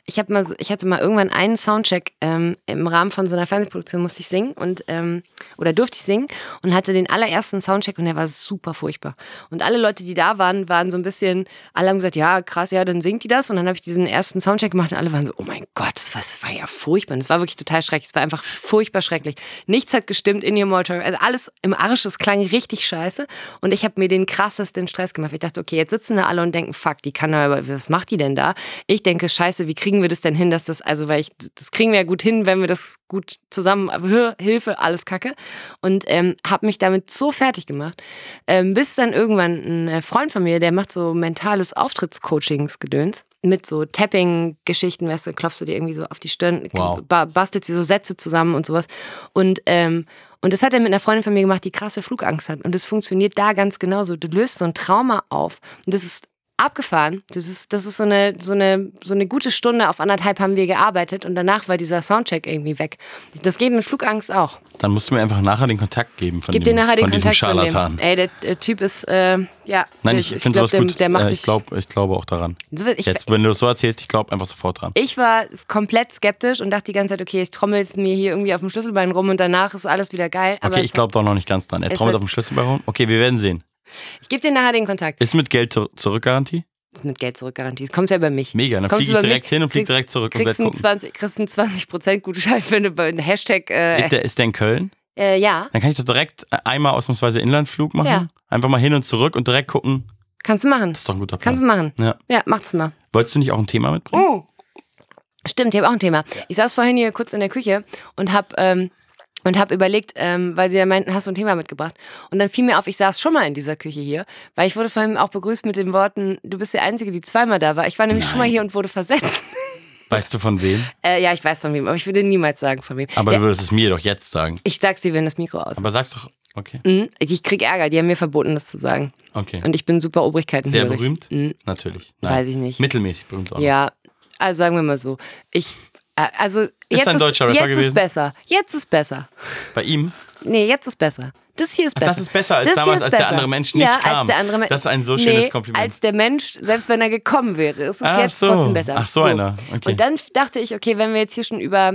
Speaker 3: ich habe mal, ich hatte mal irgendwann einen Soundcheck ähm, im Rahmen von so einer Fernsehproduktion musste ich singen und ähm, oder durfte ich singen und hatte den allerersten Soundcheck und der war super furchtbar. Und alle Leute, die da waren, waren so ein bisschen, alle haben gesagt, ja krass, ja, dann singt die das. Und dann habe ich diesen ersten Soundcheck gemacht und alle waren so, oh mein Gott, das war, das war ja furchtbar. Und Das war wirklich total schrecklich. Es war einfach furchtbar schrecklich. Nichts hat gestimmt in ihr Motor. Also alles im Arsch, es klang richtig scheiße. Und ich habe mir den krassesten Stress gemacht. Ich dachte, okay, jetzt sitzen da alle und denken, fuck, die kann aber, was macht die denn da? Ich denke, scheiße, wie kriegen wir das denn hin, dass das, also, weil ich, das kriegen wir ja gut hin, wenn wir das gut zusammen, Hö- Hilfe, alles kacke. Und ähm, habe mich damit so fertig gemacht, ähm, bis dann irgendwann ein äh, Freund von mir, der macht so mentales Auftrittscoachingsgedöns mit so Tapping-Geschichten, weißt du, klopfst du dir irgendwie so auf die Stirn,
Speaker 2: Wow.
Speaker 3: ba bastelt sie so Sätze zusammen und sowas. Und, ähm, und das hat er mit einer Freundin von mir gemacht, die krasse Flugangst hat. Und das funktioniert da ganz genauso. Du löst so ein Trauma auf. Und das ist abgefahren. Das ist, das ist so, eine, so, eine, so eine gute Stunde auf anderthalb haben wir gearbeitet und danach war dieser Soundcheck irgendwie weg. Das geht mit Flugangst auch.
Speaker 2: Dann musst du mir einfach nachher den Kontakt geben von,
Speaker 3: Gib dir
Speaker 2: dem,
Speaker 3: nachher den
Speaker 2: von diesem
Speaker 3: Kontakt von dem.
Speaker 2: Scharlatan.
Speaker 3: Ey, der, äh, Typ ist, äh, ja.
Speaker 2: Nein,
Speaker 3: der-
Speaker 2: ich,
Speaker 3: ich
Speaker 2: finde
Speaker 3: glaub,
Speaker 2: sowas
Speaker 3: der,
Speaker 2: gut.
Speaker 3: der macht
Speaker 2: Äh,
Speaker 3: sich.
Speaker 2: ich, glaub, ich glaube auch daran.
Speaker 3: So, ich-
Speaker 2: Jetzt, wenn du es so erzählst, ich glaube einfach sofort dran.
Speaker 3: Ich war komplett skeptisch und dachte die ganze Zeit, okay, ich trommel jetzt mir hier irgendwie auf dem Schlüsselbein rum und danach ist alles wieder geil. Aber
Speaker 2: Okay,
Speaker 3: es-
Speaker 2: ich glaube doch noch nicht ganz dran. Er
Speaker 3: es
Speaker 2: trommelt
Speaker 3: hat-
Speaker 2: auf dem Schlüsselbein rum. Okay, wir werden sehen.
Speaker 3: ich gebe dir nachher den Kontakt.
Speaker 2: Ist mit Geld zur- Zurückgarantie?
Speaker 3: Das ist mit Geld zurück Garantie. Das kommt ja über mich.
Speaker 2: Mega, dann
Speaker 3: Kommst
Speaker 2: fliege ich
Speaker 3: über
Speaker 2: direkt hin und fliege
Speaker 3: kriegst-
Speaker 2: direkt zurück und
Speaker 3: Kriegst
Speaker 2: werd
Speaker 3: einen
Speaker 2: gucken.
Speaker 3: 20, kriegst einen 20% Gutschein für eine, einen Hashtag. Äh,
Speaker 2: Liegt der, ist der in Köln?
Speaker 3: äh, ja,
Speaker 2: Dann kann ich doch direkt äh, einmal ausnahmsweise Inlandflug machen.
Speaker 3: Ja.
Speaker 2: Einfach mal hin und zurück und direkt gucken.
Speaker 3: kannst du machen.
Speaker 2: Das ist doch ein guter Plan.
Speaker 3: Kannst du machen.
Speaker 2: Ja.
Speaker 3: Ja, mach's mal.
Speaker 2: Wolltest du nicht auch ein Thema mitbringen?
Speaker 3: Oh. Stimmt, ich habe auch ein Thema. Ich saß vorhin hier kurz in der Küche und habe ähm, und hab überlegt, ähm, weil sie dann meinten, hast du ein Thema mitgebracht? Und dann fiel mir auf, ich saß schon mal in dieser Küche hier, weil ich wurde vorhin auch begrüßt mit den Worten, du bist die Einzige, die zweimal da war. Ich war nämlich schon mal
Speaker 2: Nein.
Speaker 3: hier und wurde versetzt. Mm.
Speaker 2: Weißt du von wem?
Speaker 3: Äh, ja, ich weiß von wem, aber ich würde niemals sagen von wem.
Speaker 2: Aber
Speaker 3: der,
Speaker 2: du würdest es mir doch jetzt sagen.
Speaker 3: ich sag's dir, wenn das Mikro aus.
Speaker 2: Aber sag's doch. Okay.
Speaker 3: Mhm, ich krieg Ärger, die haben mir verboten, das zu sagen.
Speaker 2: Okay.
Speaker 3: Und ich bin super
Speaker 2: Sehr
Speaker 3: obrigkeitenhörig.
Speaker 2: berühmt?
Speaker 3: Mhm.
Speaker 2: Natürlich.
Speaker 3: Weiß ich nicht.
Speaker 2: Mittelmäßig berühmt auch.
Speaker 3: Ja, also sagen wir mal so. Ich, äh, also jetzt,
Speaker 2: ein deutscher Rapper
Speaker 3: jetzt
Speaker 2: gewesen?
Speaker 3: ist besser. Jetzt ist besser.
Speaker 2: Bei ihm?
Speaker 3: Nee, jetzt ist besser. Das hier ist besser.
Speaker 2: das ist besser als
Speaker 3: Das hier
Speaker 2: damals,
Speaker 3: ist
Speaker 2: als der andere Mensch nicht
Speaker 3: ja,
Speaker 2: kam.
Speaker 3: Als der andere Me-
Speaker 2: Das ist ein so schönes
Speaker 3: nee,
Speaker 2: Kompliment.
Speaker 3: Als der Mensch, selbst wenn er gekommen wäre, ist es
Speaker 2: Ach
Speaker 3: jetzt
Speaker 2: so.
Speaker 3: trotzdem besser.
Speaker 2: Ach, so einer. Okay.
Speaker 3: Und dann f- dachte ich, okay, wenn wir jetzt hier schon über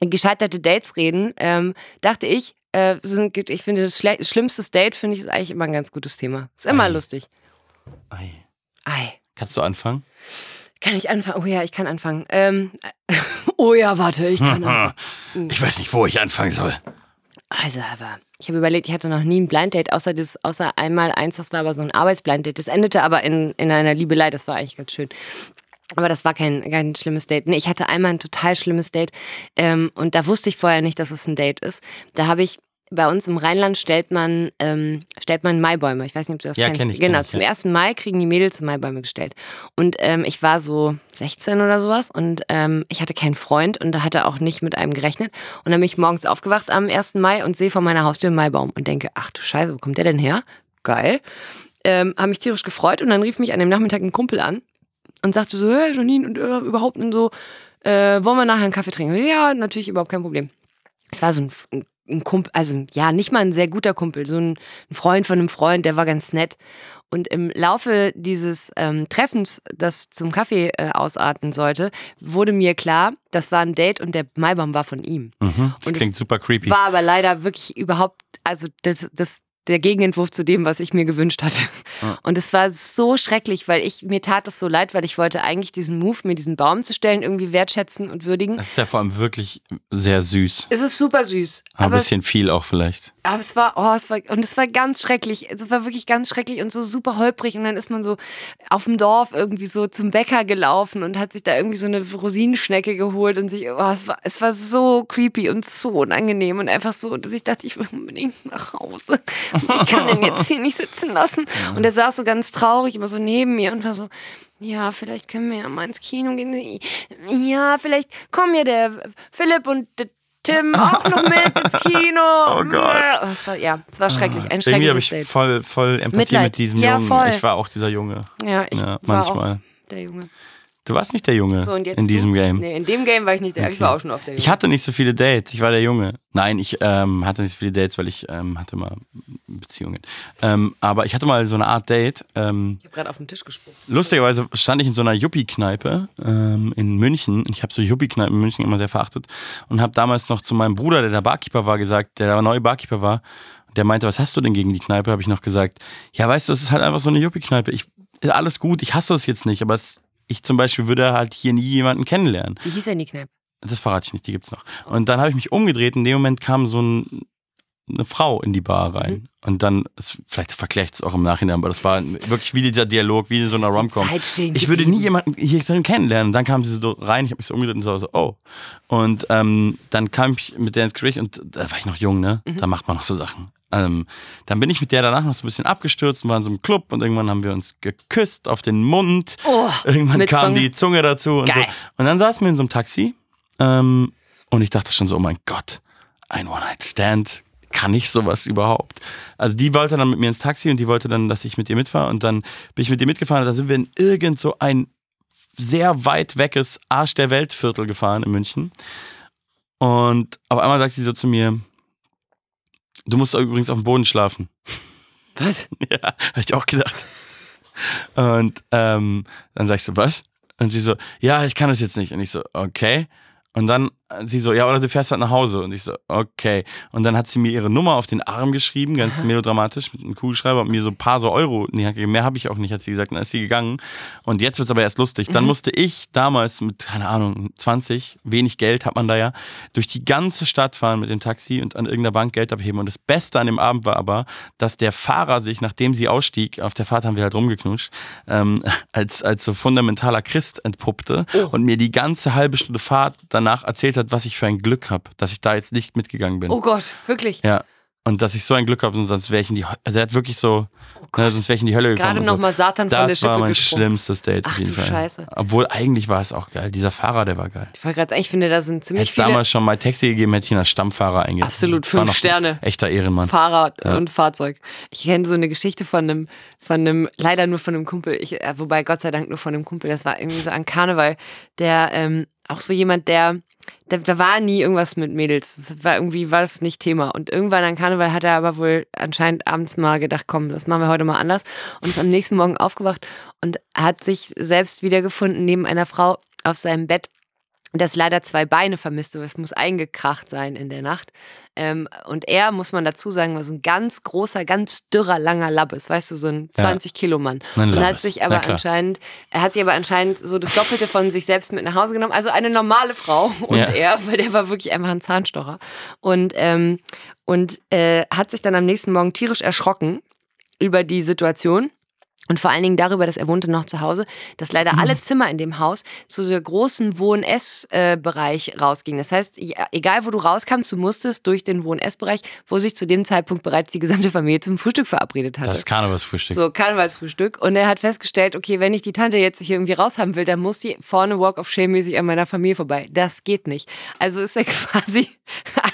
Speaker 3: gescheiterte Dates reden, ähm, dachte ich, äh, so ein- ich finde, das schle schlimmstes Date finde ich ist eigentlich immer ein ganz gutes Thema. Ist immer lustig.
Speaker 2: Ei.
Speaker 3: Ei.
Speaker 2: Kannst du anfangen?
Speaker 3: Kann ich anfangen? Oh ja, ich kann anfangen. Ähm, oh ja, warte, ich kann anfangen. Mm.
Speaker 2: Ich weiß nicht, wo ich anfangen soll.
Speaker 3: Also, aber ich habe überlegt, ich hatte noch nie ein Blind Date, außer, das, außer einmal eins, das war aber so ein Arbeitsblind Date. Das endete aber in, in einer Liebelei, das war eigentlich ganz schön. Aber das war kein, kein schlimmes Date. Nee, ich hatte einmal ein total schlimmes Date ähm, und da wusste ich vorher nicht, dass es ein Date ist. Da habe ich, bei uns im Rheinland stellt man, ähm, stellt man Maibäume. Ich weiß nicht, ob du das
Speaker 2: Ja,
Speaker 3: kennst.
Speaker 2: kenn ich, kenn
Speaker 3: genau,
Speaker 2: ich,
Speaker 3: zum
Speaker 2: ja.
Speaker 3: 1. Mai kriegen die Mädels Maibäume gestellt. Und ähm, ich war so 16 oder sowas und ähm, ich hatte keinen Freund und da hatte auch nicht mit einem gerechnet. Und dann bin ich morgens aufgewacht am 1. Mai und sehe vor meiner Haustür einen Maibaum und denke, ach du Scheiße, wo kommt der denn her? Geil. Ähm, habe mich tierisch gefreut und dann rief mich an dem Nachmittag ein Kumpel an und sagte so, hey Janine und äh, überhaupt und so, äh, wollen wir nachher einen Kaffee trinken? Ja, natürlich überhaupt kein Problem. Es war so ein, ein, ein Kumpel, also ein- ja, nicht mal ein sehr guter Kumpel, so ein, ein Freund von einem Freund, der war ganz nett. Und im Laufe dieses ähm, Treffens, das zum Kaffee äh, ausarten sollte, wurde mir klar, das war ein Date und der Maibaum war von ihm.
Speaker 2: Mhm. Das
Speaker 3: Und es
Speaker 2: klingt super creepy.
Speaker 3: War aber leider wirklich überhaupt, also das, das, der Gegenentwurf zu dem, was ich mir gewünscht hatte.
Speaker 2: Ah.
Speaker 3: Und es war so schrecklich, weil ich, mir tat es so leid, weil ich wollte eigentlich diesen Move, mir diesen Baum zu stellen, irgendwie wertschätzen und würdigen.
Speaker 2: Das ist ja vor allem wirklich sehr süß.
Speaker 3: Es ist super süß.
Speaker 2: Aber
Speaker 3: Aber
Speaker 2: ein
Speaker 3: es,
Speaker 2: bisschen viel auch vielleicht.
Speaker 3: aber es war, oh, es war, und es war ganz schrecklich. Also, Es war wirklich ganz schrecklich und so super holprig. Und dann ist man so auf dem Dorf irgendwie so zum Bäcker gelaufen und hat sich da irgendwie so eine Rosinenschnecke geholt und sich, oh, es war, es war so creepy und so unangenehm und einfach so, dass ich dachte, ich will unbedingt nach Hause. Ich kann den jetzt hier nicht sitzen lassen. Und er saß so ganz traurig immer so neben mir und war so, ja, vielleicht können wir ja mal ins Kino gehen. Ja, vielleicht kommen hier der Philipp und der Tim auch noch mit ins Kino.
Speaker 2: Oh Gott.
Speaker 3: Oh, es war, ja, es war schrecklich. Ein
Speaker 2: Ah, Irgendwie habe
Speaker 3: schreckliches
Speaker 2: ich
Speaker 3: Date.
Speaker 2: voll, voll Empathie
Speaker 3: Mitleid.
Speaker 2: mit diesem
Speaker 3: Ja,
Speaker 2: Jungen.
Speaker 3: voll.
Speaker 2: Ich war auch dieser Junge.
Speaker 3: Ja, ich
Speaker 2: Ja,
Speaker 3: war
Speaker 2: manchmal.
Speaker 3: auch der Junge.
Speaker 2: Du warst nicht der Junge
Speaker 3: So, und jetzt
Speaker 2: in diesem
Speaker 3: du?
Speaker 2: Game.
Speaker 3: Nee, in dem Game war ich nicht der. Ich war auch schon auf der
Speaker 2: Ich hatte nicht so viele Dates, ich war der Junge. Nein, ich ähm, hatte nicht so viele Dates, weil ich ähm, hatte mal Beziehungen. Ähm, aber ich hatte mal so eine Art Date. Ähm,
Speaker 3: ich habe gerade auf den Tisch gesprungen.
Speaker 2: lustigerweise stand ich in so einer Yuppie-Kneipe ähm, in München. Ich habe so Yuppie-Kneipen in München immer sehr verachtet. Und habe damals noch zu meinem Bruder, der der Barkeeper war, gesagt, der der neue Barkeeper war, der meinte, was hast du denn gegen die Kneipe? Habe ich noch gesagt, ja, weißt du, das ist halt einfach so eine Yuppie-Kneipe. Ich- Ist alles gut, ich hasse es jetzt nicht, aber es, ich zum Beispiel würde halt hier nie jemanden kennenlernen.
Speaker 3: Wie hieß denn die Kneipe?
Speaker 2: Das verrate ich nicht, die gibt's noch. Und dann habe ich mich umgedreht, in dem Moment kam so ein, eine Frau in die Bar rein. Und dann, es, vielleicht verkläre ich es auch im Nachhinein, aber das war wirklich wie dieser Dialog, wie in so einer Romcom.
Speaker 3: Zeit stehen
Speaker 2: Ich würde nie
Speaker 3: geblieben.
Speaker 2: jemanden hier drin kennenlernen. Und dann kam sie so rein, ich habe mich so umgedreht und so, so oh. Und ähm, dann kam ich mit der ins Gespräch und da war ich noch jung, ne? Da macht man noch so Sachen. Ähm, dann bin ich mit der danach noch so ein bisschen abgestürzt und war in so einem Club und irgendwann haben wir uns geküsst auf den Mund.
Speaker 3: Oh,
Speaker 2: irgendwann
Speaker 3: mit
Speaker 2: kam
Speaker 3: Zunge.
Speaker 2: die Zunge dazu und
Speaker 3: Geil.
Speaker 2: so. Und dann saßen wir in so einem Taxi ähm, und ich dachte schon so, oh mein Gott, ein One-Night-Stand, kann ich sowas überhaupt? Also die wollte dann mit mir ins Taxi und die wollte dann, dass ich mit ihr mitfahre und dann bin ich mit ihr mitgefahren und da sind wir in irgend so ein sehr weit weges Arsch der Welt Viertel gefahren in München. Und auf einmal sagt sie so zu mir, du musst übrigens auf dem Boden schlafen.
Speaker 3: Was?
Speaker 2: Ja, habe ich auch gedacht. Und ähm, dann sagst du, was? Und sie so, ja, ich kann das jetzt nicht. Und ich so, okay. Und dann äh, sie so, ja, oder du fährst halt nach Hause. Und ich so, okay. Und dann hat sie mir ihre Nummer auf den Arm geschrieben, ganz melodramatisch, mit einem Kugelschreiber und mir so ein paar so Euro. in die Hand gegeben. mehr habe ich auch nicht, hat sie gesagt. Und dann ist sie gegangen. Und jetzt wird's aber erst lustig. Dann musste ich damals mit, keine Ahnung, 20, wenig Geld hat man da ja, durch die ganze Stadt fahren mit dem Taxi und an irgendeiner Bank Geld abheben. Und das Beste an dem Abend war aber, dass der Fahrer sich, nachdem sie ausstieg, auf der Fahrt haben wir halt rumgeknutscht, ähm, als, als so fundamentaler Christ entpuppte
Speaker 3: Oh.
Speaker 2: und mir die ganze halbe Stunde Fahrt danach erzählt hat, was ich für ein Glück habe, dass ich da jetzt nicht mitgegangen bin.
Speaker 3: Oh Gott, wirklich.
Speaker 2: Ja. Und dass ich so ein Glück habe, sonst wäre ich in die Hölle. Also er hat wirklich so, ne, sonst wäre ich in die Hölle gekommen.
Speaker 3: Oh Gerade
Speaker 2: und so.
Speaker 3: nochmal Satan von der
Speaker 2: Das
Speaker 3: Schippe
Speaker 2: war mein
Speaker 3: gesprungen.
Speaker 2: schlimmstes Date auf
Speaker 3: Ach
Speaker 2: jeden
Speaker 3: du
Speaker 2: Fall.
Speaker 3: Scheiße.
Speaker 2: Obwohl eigentlich war es auch geil. Dieser Fahrer, der war geil.
Speaker 3: Ich wollte gerade sagen, ich finde, da sind
Speaker 2: Hätte
Speaker 3: ziemlich
Speaker 2: ich
Speaker 3: viele
Speaker 2: damals schon mal Taxi gegeben, hätte ich ihn als Stammfahrer eingesetzt.
Speaker 3: Absolut,
Speaker 2: War
Speaker 3: fünf
Speaker 2: noch ein
Speaker 3: Sterne.
Speaker 2: Echter Ehrenmann.
Speaker 3: Fahrer und Fahrzeug. Ich kenne so eine Geschichte von einem, von einem, leider nur von einem Kumpel, ich, äh, wobei Gott sei Dank nur von einem Kumpel, das war irgendwie so an Karneval, der ähm, auch so jemand, der, der, da war nie irgendwas mit Mädels. Das war irgendwie, war das nicht Thema. Und irgendwann an Karneval hat er aber wohl anscheinend abends mal gedacht, komm, das machen wir heute mal anders. Und ist am nächsten Morgen aufgewacht und hat sich selbst wiedergefunden neben einer Frau auf seinem Bett das leider zwei Beine vermisste, es muss eingekracht sein in der Nacht. Ähm, und er, muss man dazu sagen, war so ein ganz großer, ganz dürrer, langer Labbes, weißt du, so ein
Speaker 2: Ja.
Speaker 3: 20-Kilo-Mann.
Speaker 2: Ein
Speaker 3: Und hat
Speaker 2: Labbes,
Speaker 3: sich
Speaker 2: na
Speaker 3: aber
Speaker 2: klar.
Speaker 3: anscheinend, er hat sich aber anscheinend so das Doppelte von sich selbst mit nach Hause genommen. Also eine normale Frau und
Speaker 2: Ja.
Speaker 3: er, weil der war wirklich einfach ein Zahnstocher. Und, ähm, und äh, hat sich dann am nächsten Morgen tierisch erschrocken über die Situation. Und vor allen Dingen darüber, dass er wohnte noch zu Hause, dass leider alle Zimmer in dem Haus zu der großen Wohn-Ess-Bereich äh, rausgingen. Das heißt, ja, egal wo du rauskamst, du musstest durch den Wohn-Ess-Bereich, wo sich zu dem Zeitpunkt bereits die gesamte Familie zum Frühstück verabredet hatte.
Speaker 2: Das Karnevalsfrühstück.
Speaker 3: So, Karnevalsfrühstück. Und er hat festgestellt, okay, wenn ich die Tante jetzt hier irgendwie raus haben will, dann muss die vorne Walk of Shame mäßig an meiner Familie vorbei. Das geht nicht. Also ist er quasi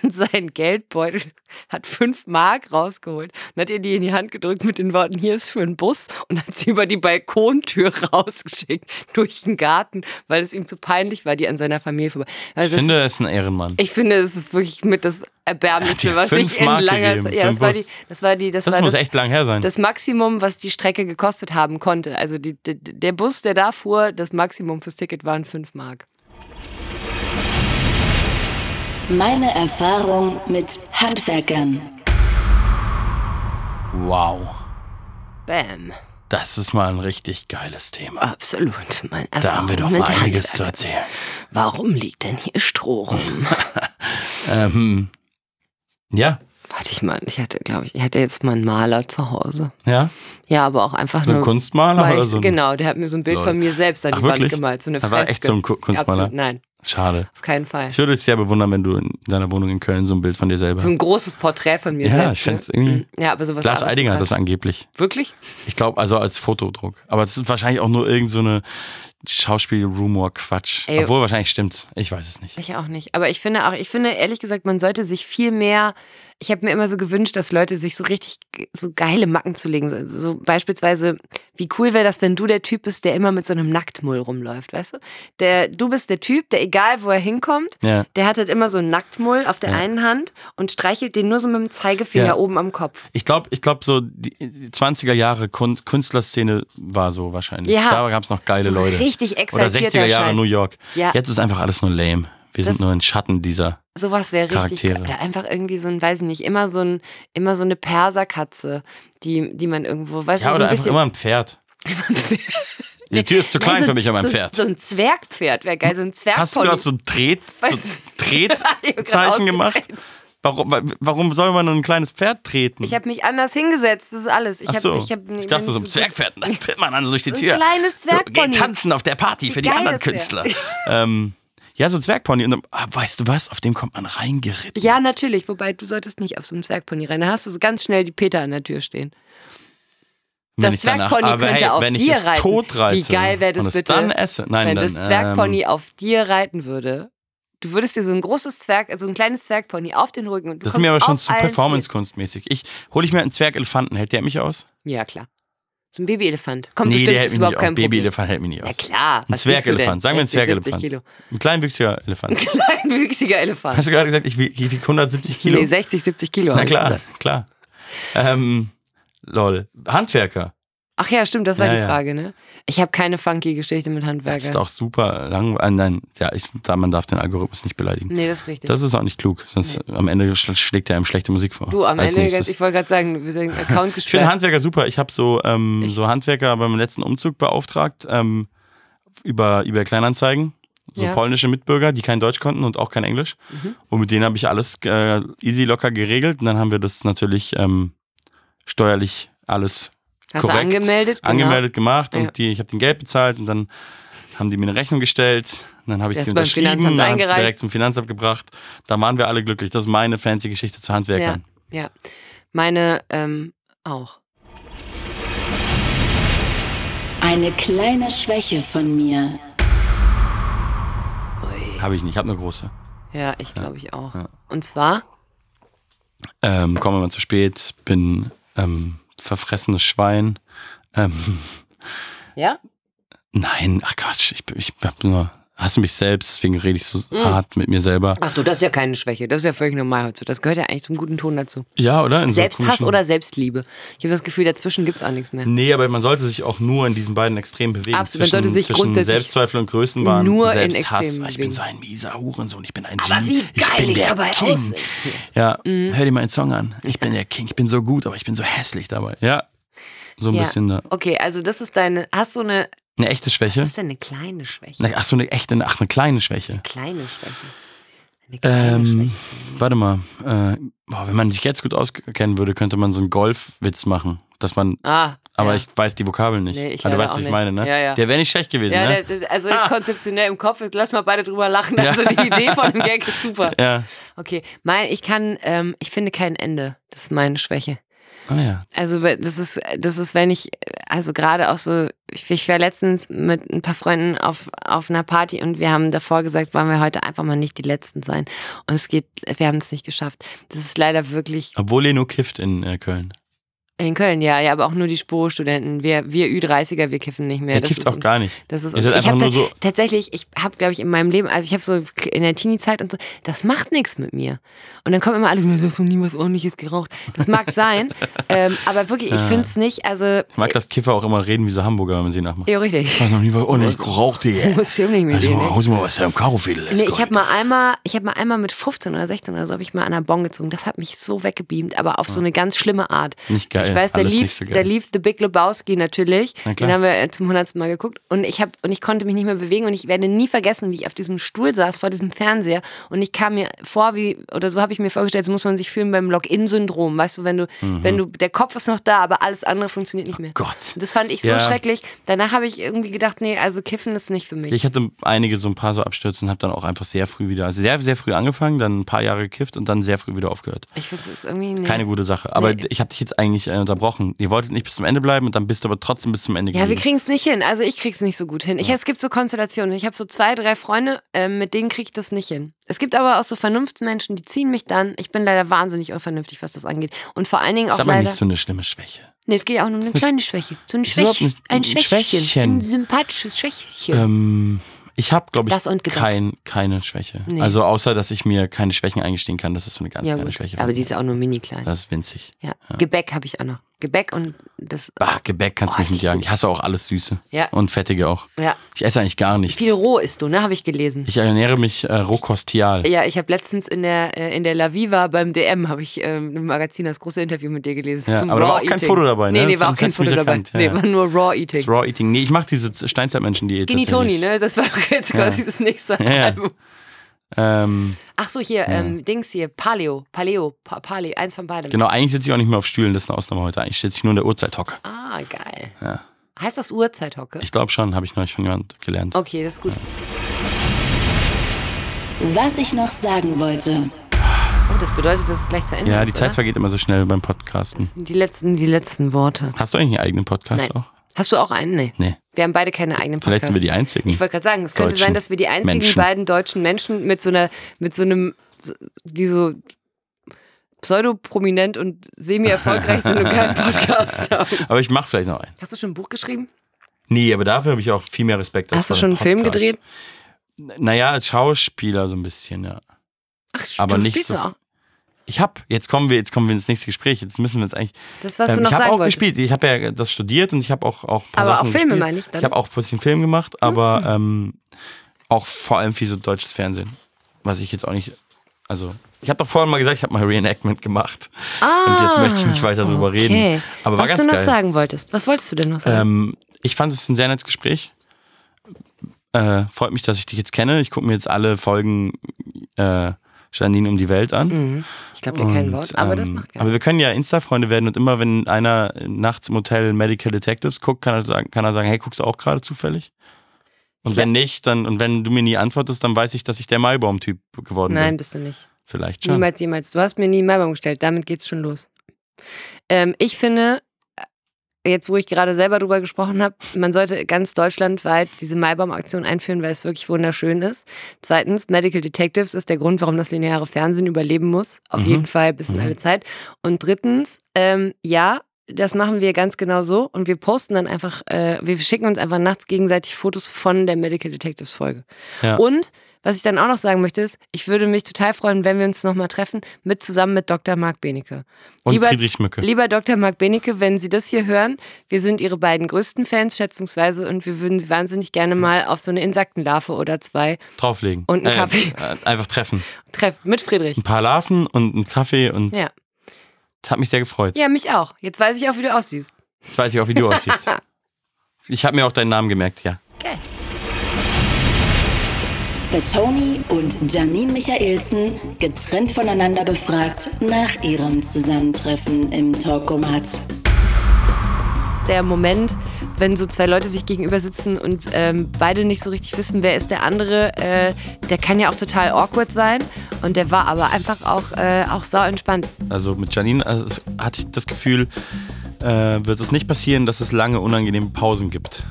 Speaker 3: an seinen Geldbeutel, hat fünf Mark rausgeholt und hat ihr die in die Hand gedrückt mit den Worten, hier ist für einen Bus und hat sie über die Balkontür rausgeschickt durch den Garten, weil es ihm zu peinlich war, die an seiner Familie vorbei. Also
Speaker 2: ich
Speaker 3: das
Speaker 2: finde, er ist ein Ehrenmann.
Speaker 3: ich finde, es ist wirklich mit das
Speaker 2: Er
Speaker 3: Erbärmlichste,
Speaker 2: hat
Speaker 3: was
Speaker 2: dir
Speaker 3: ich
Speaker 2: fünf
Speaker 3: in
Speaker 2: Mark
Speaker 3: langer
Speaker 2: gegeben
Speaker 3: Zeit.
Speaker 2: für
Speaker 3: Ja,
Speaker 2: den
Speaker 3: das war die,
Speaker 2: Bus.
Speaker 3: das war die, das,
Speaker 2: das
Speaker 3: war
Speaker 2: muss
Speaker 3: das,
Speaker 2: echt lang her sein.
Speaker 3: das Maximum, was die Strecke gekostet haben konnte. Also die, die, der Bus, der da fuhr, das Maximum fürs Ticket waren 5 Mark.
Speaker 1: Meine Erfahrung mit Handwerkern.
Speaker 2: wow.
Speaker 3: Bam.
Speaker 2: Das ist mal ein richtig geiles Thema.
Speaker 3: Absolut. Mein
Speaker 2: Da haben wir doch mal einiges zu erzählen.
Speaker 3: Warum liegt denn hier Stroh rum?
Speaker 2: Ähm, ja,
Speaker 3: Warte ich mal, ich hätte, glaube ich, ich hätte jetzt mal einen Maler zu Hause.
Speaker 2: ja.
Speaker 3: Ja, aber auch einfach
Speaker 2: So ein
Speaker 3: nur.
Speaker 2: Kunstmaler
Speaker 3: Also, weil
Speaker 2: oder
Speaker 3: ich,
Speaker 2: so? ein-
Speaker 3: Genau, der hat mir so ein Bild
Speaker 2: Lol.
Speaker 3: von mir selbst an
Speaker 2: Ach,
Speaker 3: die Wand
Speaker 2: wirklich?
Speaker 3: gemalt. So eine
Speaker 2: Da war
Speaker 3: Freske.
Speaker 2: echt so ein Ku- Kunstmaler?
Speaker 3: Absolut, nein,
Speaker 2: Schade.
Speaker 3: auf keinen Fall.
Speaker 2: Ich würde dich sehr bewundern, wenn du in deiner Wohnung in Köln so ein Bild von dir selber
Speaker 3: So ein großes Porträt von mir
Speaker 2: Ja,
Speaker 3: selbst.
Speaker 2: ich find's
Speaker 3: ne?
Speaker 2: irgendwie-
Speaker 3: Mm, Ja, aber sowas
Speaker 2: Lars
Speaker 3: anderes
Speaker 2: Eidinger
Speaker 3: zu
Speaker 2: hat das
Speaker 3: krass.
Speaker 2: angeblich.
Speaker 3: Wirklich?
Speaker 2: Ich glaube, also als Fotodruck. Aber das ist wahrscheinlich auch nur irgend so eine Schauspiel-Rumor-Quatsch.
Speaker 3: Ey.
Speaker 2: Obwohl, wahrscheinlich stimmt's. Ich weiß es nicht.
Speaker 3: Ich auch nicht. Aber ich finde auch, ich finde ehrlich gesagt, man sollte sich viel mehr. Ich habe mir immer so gewünscht, dass Leute sich so richtig ge- so geile Macken zulegen. So, so beispielsweise, wie cool wäre das, wenn du der Typ bist, der immer mit so einem Nacktmull rumläuft, weißt du? Der, du bist der Typ, der egal wo er hinkommt,
Speaker 2: Ja.
Speaker 3: der hat halt immer so einen Nacktmull auf der
Speaker 2: Ja.
Speaker 3: einen Hand und streichelt den nur so mit dem Zeigefinger
Speaker 2: Ja.
Speaker 3: oben am Kopf.
Speaker 2: Ich glaube, ich glaub, so die die 20er Jahre Kun Künstlerszene war so wahrscheinlich.
Speaker 3: Ja.
Speaker 2: Da gab's noch geile
Speaker 3: so
Speaker 2: Leute.
Speaker 3: Richtig
Speaker 2: Oder
Speaker 3: exaltierter
Speaker 2: 60er Jahre
Speaker 3: Scheiß.
Speaker 2: New York.
Speaker 3: Ja.
Speaker 2: Jetzt ist einfach alles nur lame. Wir
Speaker 3: Das-
Speaker 2: sind nur ein Schatten dieser.
Speaker 3: Sowas wäre richtig.
Speaker 2: Charaktere.
Speaker 3: Oder einfach irgendwie so ein, weiß ich nicht, immer so ein, immer so eine Perserkatze, die, die man irgendwo, weißt
Speaker 2: Ja,
Speaker 3: du, so
Speaker 2: oder
Speaker 3: ein
Speaker 2: einfach
Speaker 3: bisschen.
Speaker 2: immer ein Pferd. Die Tür ist zu klein
Speaker 3: Nein, so,
Speaker 2: für mich, aber ein
Speaker 3: Also so,
Speaker 2: Pferd.
Speaker 3: So ein Zwergpferd wäre geil, so ein
Speaker 2: Hast du gerade
Speaker 3: Zwergpony.
Speaker 2: so ein Tret, so
Speaker 3: Weiß- Ich hab grad
Speaker 2: Tretzeichen gemacht? Warum, wa- warum soll man nur ein kleines Pferd treten?
Speaker 3: Ich habe mich anders hingesetzt, das ist alles. Ich,
Speaker 2: Ach
Speaker 3: hab,
Speaker 2: so.
Speaker 3: ich, hab,
Speaker 2: ich dachte, so ein Zwergpferd, dann tritt man an durch die
Speaker 3: So ein
Speaker 2: Tür.
Speaker 3: kleines
Speaker 2: So, geh
Speaker 3: Zwergpony.
Speaker 2: tanzen auf der Party für die
Speaker 3: geil
Speaker 2: anderen
Speaker 3: das wär.
Speaker 2: Künstler. ähm, ja, so ein Zwergpony. Und dann, ah, weißt du was, auf dem kommt man reingeritten.
Speaker 3: Ja, natürlich, wobei du solltest nicht auf so einem Zwergpony rein. Da hast du so ganz schnell die Peter an der Tür stehen.
Speaker 2: Wenn
Speaker 3: das
Speaker 2: ich danach- Ah,
Speaker 3: Zwergpony
Speaker 2: aber
Speaker 3: könnte
Speaker 2: hey,
Speaker 3: auf
Speaker 2: wenn ich
Speaker 3: dir
Speaker 2: es
Speaker 3: reiten.
Speaker 2: tot reite
Speaker 3: Wie geil wäre das
Speaker 2: und es
Speaker 3: bitte,
Speaker 2: dann esse? Nein,
Speaker 3: wenn
Speaker 2: dann, ähm,
Speaker 3: das Zwergpony auf dir reiten würde. Du würdest dir so ein großes Zwerg, also ein kleines Zwergpony auf den Rücken und du
Speaker 2: Das ist mir aber
Speaker 3: kommst
Speaker 2: schon
Speaker 3: auf
Speaker 2: zu
Speaker 3: allen
Speaker 2: performancekunstmäßig. Ich hole ich mir einen Zwergelefanten, hält der mich aus?
Speaker 3: Vieren. Ja, klar. So ein Babyelefant. Kommt
Speaker 2: nee,
Speaker 3: bestimmt,
Speaker 2: der hält
Speaker 3: ist
Speaker 2: mich nicht
Speaker 3: überhaupt
Speaker 2: aus.
Speaker 3: kein Problem.
Speaker 2: Babyelefant hält mich nicht aus.
Speaker 3: Ja klar.
Speaker 2: Ein
Speaker 3: was wiegst du
Speaker 2: Zwergelefant.
Speaker 3: denn?
Speaker 2: Sagen wir ein
Speaker 3: 60, 70
Speaker 2: Zwergelefant.
Speaker 3: Kilo.
Speaker 2: Ein kleinwüchsiger Elefant.
Speaker 3: Ein wüchsiger Elefant.
Speaker 2: Hast du gerade gesagt, ich wiege ich wieg 170 Kilo?
Speaker 3: Nee, 60, 70 Kilo.
Speaker 2: Na
Speaker 3: hab ich
Speaker 2: klar,
Speaker 3: gesagt.
Speaker 2: klar. Ähm, lol. Handwerker.
Speaker 3: Ach ja, stimmt, das war
Speaker 2: Ja,
Speaker 3: die
Speaker 2: ja.
Speaker 3: Frage, ne? Ich habe keine funky Geschichte
Speaker 2: Das
Speaker 3: mit
Speaker 2: ist
Speaker 3: Handwerker.
Speaker 2: auch super lang. Ah, nein, ja, ich, da, man darf den Algorithmus nicht beleidigen.
Speaker 3: Nee, das ist richtig.
Speaker 2: Das ist auch nicht klug, sonst am Ende schl- schlägt er einem schlechte Musik vor.
Speaker 3: du, am
Speaker 2: Als
Speaker 3: Ende,
Speaker 2: nächstes.
Speaker 3: ganz, ich wollte gerade sagen, wir sind Account
Speaker 2: Ich finde
Speaker 3: gesperrt.
Speaker 2: Handwerker super. Ich habe so, ähm, so Handwerker beim letzten Umzug beauftragt ähm, über, über Kleinanzeigen. So
Speaker 3: Ja. Mhm.
Speaker 2: polnische Mitbürger, die kein Deutsch konnten und auch kein Englisch. Und mit denen habe ich alles äh, easy locker geregelt. Und dann haben wir das natürlich ähm, steuerlich alles
Speaker 3: Hast
Speaker 2: korrekt
Speaker 3: du angemeldet? Genau.
Speaker 2: angemeldet gemacht.
Speaker 3: Ah, Ja.
Speaker 2: Und die, ich habe den Geld bezahlt und dann haben die mir eine Rechnung gestellt. Und dann habe ich
Speaker 3: Der
Speaker 2: die
Speaker 3: ist beim
Speaker 2: unterschrieben,
Speaker 3: Finanzamt
Speaker 2: dann habe ich sie
Speaker 3: eingereicht.
Speaker 2: direkt zum Finanzamt gebracht. Da waren wir alle glücklich. Das ist meine fancy Geschichte zu
Speaker 3: Genau.
Speaker 2: Handwerkern.
Speaker 3: Ja, ja. Meine ähm, auch.
Speaker 1: Eine kleine Schwäche von mir.
Speaker 2: Habe ich nicht, habe eine große.
Speaker 3: Ja, ich glaube ich auch. Und zwar,
Speaker 2: ähm, komme immer zu spät, bin ähm, verfressenes Schwein. Ähm,
Speaker 3: ja?
Speaker 2: nein, ach Quatsch, ich, bin- ich hab nur, hasse mich selbst, deswegen rede ich so
Speaker 3: Mhm.
Speaker 2: hart mit mir selber.
Speaker 3: Ach so, das ist ja keine Schwäche. Das ist ja völlig normal heutzutage. Das gehört ja eigentlich zum guten Ton dazu.
Speaker 2: Ja, oder? In so
Speaker 3: Selbsthass
Speaker 2: komischen-
Speaker 3: oder Selbstliebe. Ich habe das Gefühl, dazwischen gibt es auch nichts mehr.
Speaker 2: Nee, aber man sollte sich auch nur in diesen beiden Extremen bewegen.
Speaker 3: Absolut, man sollte sich
Speaker 2: zwischen
Speaker 3: grundsätzlich
Speaker 2: Selbstzweifel und Größenwahn.
Speaker 3: nur in
Speaker 2: Selbsthass. Ah,
Speaker 3: Extremen
Speaker 2: Ich
Speaker 3: bewegen.
Speaker 2: bin so ein mieser Hurensohn, ich bin ein
Speaker 3: Aber
Speaker 2: Genie.
Speaker 3: wie geil
Speaker 2: bin
Speaker 3: ich
Speaker 2: der
Speaker 3: dabei Mhm.
Speaker 2: King.
Speaker 3: aussehe.
Speaker 2: Ja, hör dir meinen Song an. Ich bin der King, ich bin so gut, aber ich bin so hässlich dabei. Ja, so ein
Speaker 3: Ja.
Speaker 2: bisschen eine,
Speaker 3: Okay, also das ist deine. Hast du eine.
Speaker 2: eine echte
Speaker 3: Was
Speaker 2: Schwäche.
Speaker 3: ist denn eine kleine Schwäche?
Speaker 2: Ach so, eine echte, ach, eine kleine Schwäche.
Speaker 3: Kleine Schwäche. Eine kleine
Speaker 2: Ähm,
Speaker 3: Schwäche.
Speaker 2: warte mal. Äh, boah, wenn man sich jetzt gut auskennen würde, könnte man so einen Golfwitz machen. Dass man,
Speaker 3: Ah.
Speaker 2: aber
Speaker 3: ja.
Speaker 2: ich weiß die Vokabeln nicht.
Speaker 3: Nee, ich
Speaker 2: Ah, du
Speaker 3: leider
Speaker 2: weißt,
Speaker 3: auch
Speaker 2: was ich
Speaker 3: nicht.
Speaker 2: meine, ne?
Speaker 3: Ja, ja.
Speaker 2: Der wäre nicht schlecht gewesen,
Speaker 3: Ja,
Speaker 2: ne?
Speaker 3: der, der, also konzeptionell im Kopf, ist, lass mal beide drüber lachen. Also die Idee von dem Gag ist super.
Speaker 2: ja.
Speaker 3: Okay, mein, ich kann, ähm, ich finde kein Ende. Das ist meine Schwäche.
Speaker 2: Ah ja.
Speaker 3: Also we- das ist, das ist, wenn ich, also gerade auch so, ich, ich war letztens mit ein paar Freunden auf, auf einer Party und wir haben davor gesagt, wollen wir heute einfach mal nicht die Letzten sein. Und es geht, wir haben es nicht geschafft. Das ist leider wirklich
Speaker 2: Obwohl Leno kifft in äh, Köln.
Speaker 3: in Köln, ja, ja, aber auch nur die Sporo-Studenten. Wir, wir Ü30er, wir kiffen nicht mehr.
Speaker 2: er
Speaker 3: Das
Speaker 2: kifft
Speaker 3: ist
Speaker 2: auch
Speaker 3: uns-
Speaker 2: gar nicht.
Speaker 3: Das ist
Speaker 2: Ihr seid
Speaker 3: ich
Speaker 2: einfach
Speaker 3: hab
Speaker 2: nur
Speaker 3: ta-
Speaker 2: so-
Speaker 3: tatsächlich, ich habe, glaube ich, in meinem Leben, also ich habe so in der Teenie-Zeit und so, das macht nichts mit mir. Und dann kommen immer alle, du hast noch nie was ordentliches geraucht. Das mag sein, ähm, aber wirklich, ich
Speaker 2: Ah.
Speaker 3: finde es nicht, also,
Speaker 2: Ich mag, dass Kiffer auch immer reden wie so Hamburger, wenn man sie nachmacht.
Speaker 3: ja, richtig.
Speaker 2: Ich weiß noch nie, was- oh, ne, ich rauchte hier.
Speaker 3: Muss ich nicht mit
Speaker 2: Also,
Speaker 3: denen, ne?
Speaker 2: hol mal was da im Karofädel.
Speaker 3: Nee, ich habe mal einmal, ich habe mal einmal mit 15 oder 16 oder so habe ich mal an der Bon gezogen. Das hat mich so weggebeamt, aber auf so eine ganz schlimme Art.
Speaker 2: Nicht geil.
Speaker 3: Ich weiß, da
Speaker 2: Alles
Speaker 3: lief,
Speaker 2: nicht so geil.
Speaker 3: da lief The Big Lebowski natürlich.
Speaker 2: Na klar.
Speaker 3: Den haben wir äh, zum hundertsten Mal geguckt und ich habe und ich konnte mich nicht mehr bewegen und ich werde nie vergessen, wie ich auf diesem Stuhl saß vor diesem Fernseher und ich kam mir vor wie oder so habe ich mir vorgestellt, so muss man sich fühlen beim Login-Syndrom, weißt du, wenn du, wenn du, der Kopf ist noch da, aber alles andere funktioniert nicht mehr.
Speaker 2: Mhm. Oh Gott.
Speaker 3: Das fand ich so
Speaker 2: Ja.
Speaker 3: schrecklich. Danach habe ich irgendwie gedacht, nee, also Kiffen ist nicht für mich.
Speaker 2: Ich hatte einige, so ein paar so Abstürze und habe dann auch einfach sehr früh wieder, also sehr, sehr früh angefangen, dann ein paar Jahre gekifft und dann sehr früh wieder aufgehört.
Speaker 3: Ich finde es irgendwie nee.
Speaker 2: Keine gute Sache. Aber
Speaker 3: Nee.
Speaker 2: ich habe dich jetzt eigentlich äh, äh, unterbrochen. Ihr wolltet nicht bis zum Ende bleiben und dann bist du aber trotzdem bis zum Ende
Speaker 3: Ja, wir
Speaker 2: geblieben.
Speaker 3: kriegen es nicht hin. Also ich krieg's nicht so gut hin. Ich, es gibt so Konstellationen. Ich habe so zwei, drei Freunde, ähm, mit denen krieg ich das nicht hin. Es gibt aber auch so Vernunftsmenschen, die ziehen mich dann. Ich bin leider wahnsinnig unvernünftig, was das angeht. Und vor allen Dingen
Speaker 2: Das
Speaker 3: auch
Speaker 2: ist aber
Speaker 3: leider.
Speaker 2: nicht so eine schlimme Schwäche.
Speaker 3: nee, es geht ja auch nur um eine kleine Schwäche. So ein,
Speaker 2: Ist überhaupt
Speaker 3: Schwäch,
Speaker 2: nicht-
Speaker 3: ein
Speaker 2: ein
Speaker 3: Schwächchen.
Speaker 2: Schwächchen.
Speaker 3: Ein sympathisches Schwächchen.
Speaker 2: Ähm, ich habe, glaube
Speaker 3: Das und
Speaker 2: ich,
Speaker 3: Gebäck.
Speaker 2: kein, keine Schwäche.
Speaker 3: Nee.
Speaker 2: Also außer, dass ich mir keine Schwächen eingestehen kann. Das ist so eine ganz
Speaker 3: ja,
Speaker 2: kleine
Speaker 3: gut.
Speaker 2: Schwäche. von
Speaker 3: Aber
Speaker 2: mir.
Speaker 3: die ist auch nur mini klein.
Speaker 2: das ist winzig.
Speaker 3: Ja. Gebäck habe ich auch noch. Gebäck und das.
Speaker 2: Bah, Gebäck kannst
Speaker 3: Oh,
Speaker 2: du mich nicht
Speaker 3: ich-
Speaker 2: jagen. Ich hasse auch alles Süße.
Speaker 3: Ja.
Speaker 2: Und Fettige auch.
Speaker 3: Ja.
Speaker 2: Ich esse eigentlich gar nichts.
Speaker 3: Viel roh ist du, ne? Habe ich gelesen.
Speaker 2: Ich ernähre mich äh, rohkostial.
Speaker 3: Ja, ich habe letztens in der, äh, in der La Viva beim DM, habe ich ähm, im Magazin das große Interview mit dir gelesen.
Speaker 2: Ja,
Speaker 3: zum
Speaker 2: aber da war
Speaker 3: Raw
Speaker 2: auch kein
Speaker 3: Eating.
Speaker 2: Foto dabei, ne?
Speaker 3: Nee, nee, war auch
Speaker 2: Sonst
Speaker 3: kein
Speaker 2: hättest du mich
Speaker 3: Foto dabei.
Speaker 2: erkannt, ja,
Speaker 3: nee,
Speaker 2: ja.
Speaker 3: war nur Raw Eating.
Speaker 2: Das Raw Eating. Nee, ich mache diese Steinzeitmenschen-Diät.
Speaker 3: Skinny Tony,
Speaker 2: tatsächlich.
Speaker 3: ne? Das war doch jetzt
Speaker 2: Ja.
Speaker 3: quasi das nächste
Speaker 2: Ja, ja.
Speaker 3: Album.
Speaker 2: Ähm,
Speaker 3: Ach so, hier, ähm, Dings hier, Paleo, Paleo, pa Paleo, eins von beidem.
Speaker 2: genau, eigentlich sitze ich auch nicht mehr auf Stühlen, das ist eine Ausnahme heute. Eigentlich sitze ich nur in der Uhrzeithocke.
Speaker 3: Ah, geil.
Speaker 2: Ja.
Speaker 3: Heißt das Uhrzeithocke?
Speaker 2: Ich glaube schon, habe ich neulich von jemandem gelernt.
Speaker 3: Okay, das ist gut.
Speaker 1: Was ich noch sagen wollte.
Speaker 3: Oh, das bedeutet, dass es gleich zu Ende
Speaker 2: Ja,
Speaker 3: ist,
Speaker 2: die Zeit
Speaker 3: oder?
Speaker 2: vergeht immer so schnell beim Podcasten.
Speaker 3: Die letzten, die letzten Worte.
Speaker 2: Hast du eigentlich einen eigenen Podcast
Speaker 3: Nein.
Speaker 2: auch?
Speaker 3: Hast du auch einen? Nee.
Speaker 2: Nee.
Speaker 3: Wir haben beide keine eigenen Podcasts.
Speaker 2: Vielleicht sind wir die Einzigen.
Speaker 3: Ich wollte gerade sagen, es könnte
Speaker 2: Deutschen
Speaker 3: sein, dass wir die einzigen
Speaker 2: Menschen.
Speaker 3: beiden deutschen Menschen mit so einer, mit so einem, die so pseudoprominent und semi-erfolgreich sind und keinen Podcast haben.
Speaker 2: Aber ich mache vielleicht noch einen.
Speaker 3: Hast du schon ein Buch geschrieben?
Speaker 2: Nee, aber dafür habe ich auch viel mehr Respekt. als
Speaker 3: Hast du
Speaker 2: vor
Speaker 3: schon einen
Speaker 2: dem
Speaker 3: Film
Speaker 2: Podcast.
Speaker 3: gedreht?
Speaker 2: Naja, als Schauspieler so ein bisschen, ja.
Speaker 3: Ach,
Speaker 2: Aber
Speaker 3: du
Speaker 2: nicht
Speaker 3: spielst
Speaker 2: so.
Speaker 3: auch.
Speaker 2: Ich hab, jetzt kommen wir, jetzt kommen wir ins nächste Gespräch. Jetzt müssen wir uns eigentlich.
Speaker 3: Das, was du
Speaker 2: Ähm,
Speaker 3: noch
Speaker 2: ich habe
Speaker 3: sagen
Speaker 2: auch
Speaker 3: wolltest.
Speaker 2: gespielt. Ich habe ja das studiert und ich habe auch auch ein paar
Speaker 3: Aber
Speaker 2: Sachen
Speaker 3: auch Filme
Speaker 2: gespielt.
Speaker 3: meine ich dann. Mhm.
Speaker 2: Ich habe auch ein bisschen Film gemacht, aber ähm, auch vor allem viel so deutsches Fernsehen, was ich jetzt auch nicht. Also ich habe doch vorhin mal gesagt, ich habe mal Reenactment gemacht und jetzt möchte ich nicht weiter drüber
Speaker 3: Ah. okay.
Speaker 2: reden. Aber war
Speaker 3: was
Speaker 2: ganz
Speaker 3: du noch
Speaker 2: geil.
Speaker 3: sagen wolltest. Was wolltest du denn noch sagen?
Speaker 2: Ähm, ich fand es ein sehr nettes Gespräch. Äh, freut mich, dass ich dich jetzt kenne. Ich gucke mir jetzt alle Folgen äh, Janine um die Welt an.
Speaker 3: Mhm. ich glaube dir Hm, kein
Speaker 2: Und,
Speaker 3: Wort, aber das
Speaker 2: ähm,
Speaker 3: macht gar
Speaker 2: Aber wir können ja Insta-Freunde werden und immer, wenn einer nachts im Hotel Medical Detectives guckt, kann er sagen, kann er sagen hey, guckst du auch gerade zufällig? Und
Speaker 3: Ich
Speaker 2: wenn nicht, dann, und wenn du mir nie antwortest, dann weiß ich, dass ich der Maibaum-Typ geworden
Speaker 3: Nein,
Speaker 2: bin.
Speaker 3: bist du nicht.
Speaker 2: Vielleicht schon.
Speaker 3: Niemals, jemals. Du hast mir nie einen Malbaum gestellt. Damit geht's schon los. Ähm, ich finde, äh, jetzt wo ich gerade selber drüber gesprochen habe, man sollte ganz deutschlandweit diese Maibaum-Aktion einführen, weil es wirklich wunderschön ist. Zweitens, Medical Detectives ist der Grund, warum das lineare Fernsehen überleben muss. Auf
Speaker 2: Mhm.
Speaker 3: jeden Fall bis in
Speaker 2: Mhm.
Speaker 3: alle Zeit. Und drittens, ähm, ja, das machen wir ganz genau so und wir posten dann einfach, äh, wir schicken uns einfach nachts gegenseitig Fotos von der Medical Detectives Folge.
Speaker 2: Ja.
Speaker 3: Und was ich dann auch noch sagen möchte ist, ich würde mich total freuen, wenn wir uns nochmal treffen, mit zusammen mit Dr. Marc Benecke.
Speaker 2: Und
Speaker 3: lieber-
Speaker 2: Friedrich Mücke.
Speaker 3: Lieber Dr. Marc Benecke, wenn Sie das hier hören, wir sind Ihre beiden größten Fans schätzungsweise und wir würden Sie wahnsinnig gerne mal auf so eine Insektenlarve oder zwei
Speaker 2: Drauflegen.
Speaker 3: Und einen
Speaker 2: Äh,
Speaker 3: Kaffee.
Speaker 2: äh, Einfach treffen.
Speaker 3: treffen. Mit Friedrich.
Speaker 2: Ein paar Larven und einen Kaffee und
Speaker 3: Ja.
Speaker 2: das hat mich sehr gefreut.
Speaker 3: Ja, mich auch. Jetzt weiß ich auch, wie du aussiehst.
Speaker 2: Jetzt weiß ich auch, wie du aussiehst. Ich habe mir auch deinen Namen gemerkt, ja.
Speaker 1: Für Toni und Janine Michaelsen, getrennt voneinander befragt, nach ihrem Zusammentreffen im Talkomat.
Speaker 3: Der Moment, wenn so zwei Leute sich gegenüber sitzen und ähm, beide nicht so richtig wissen, wer ist der andere, äh, der kann ja auch total awkward sein. Und der war aber einfach auch, äh, auch sau entspannt.
Speaker 2: Also mit Janine also es, hatte ich das Gefühl, äh, wird es nicht passieren, dass es lange unangenehme Pausen gibt.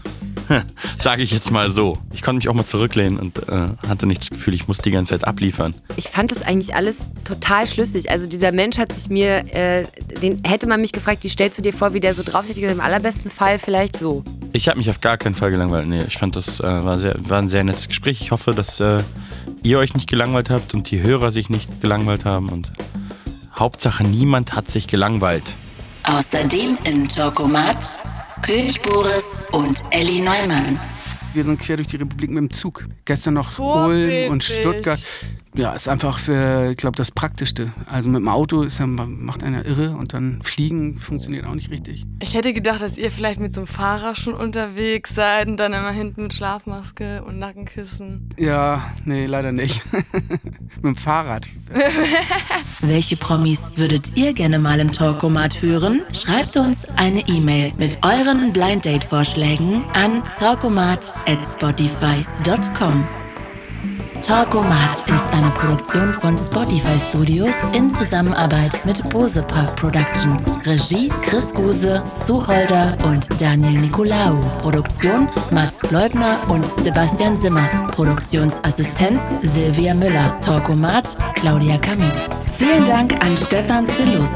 Speaker 2: Sage ich jetzt mal so. Ich konnte mich auch mal zurücklehnen und äh, hatte nicht das Gefühl, ich muss die ganze Zeit abliefern.
Speaker 3: ich fand das eigentlich alles total schlüssig. Also dieser Mensch hat sich mir, äh, den hätte man mich gefragt, wie stellst du dir vor, wie der so drauf sitzt, Ich hätte gesagt, im allerbesten Fall vielleicht so.
Speaker 2: Ich habe mich auf gar keinen Fall gelangweilt. Nee, ich fand, das äh, war, sehr, war ein sehr nettes Gespräch. Ich hoffe, dass äh, ihr euch nicht gelangweilt habt und die Hörer sich nicht gelangweilt haben. Und Hauptsache, niemand hat sich gelangweilt.
Speaker 1: Außerdem im Talkomat König Boris und Elli Neumann.
Speaker 4: Wir sind quer durch die Republik mit dem Zug. Gestern noch Ulm und Stuttgart. Ja, ist einfach für, ich glaube, das Praktischste. Also mit dem Auto ist ja, macht einer irre und dann fliegen funktioniert auch nicht richtig.
Speaker 5: Ich hätte gedacht, dass ihr vielleicht mit so einem Fahrer schon unterwegs seid und dann immer hinten mit Schlafmaske und Nackenkissen.
Speaker 4: Ja, nee, leider nicht. mit dem Fahrrad.
Speaker 1: Welche Promis würdet ihr gerne mal im Talkomat hören? Schreibt uns eine E-Mail mit euren Blind Date Vorschlägen an talkomat@spotify.com. Talkomat ist eine Produktion von Spotify Studios in Zusammenarbeit mit Bose Park Productions. Regie Chris Guse, Sue Holder und Daniel Nicolaou. Produktion Mats Leubner und Sebastian Simmert. Produktionsassistenz Silvia Müller. Talkomat Claudia Kamit. Vielen Dank an Stefan Sillus.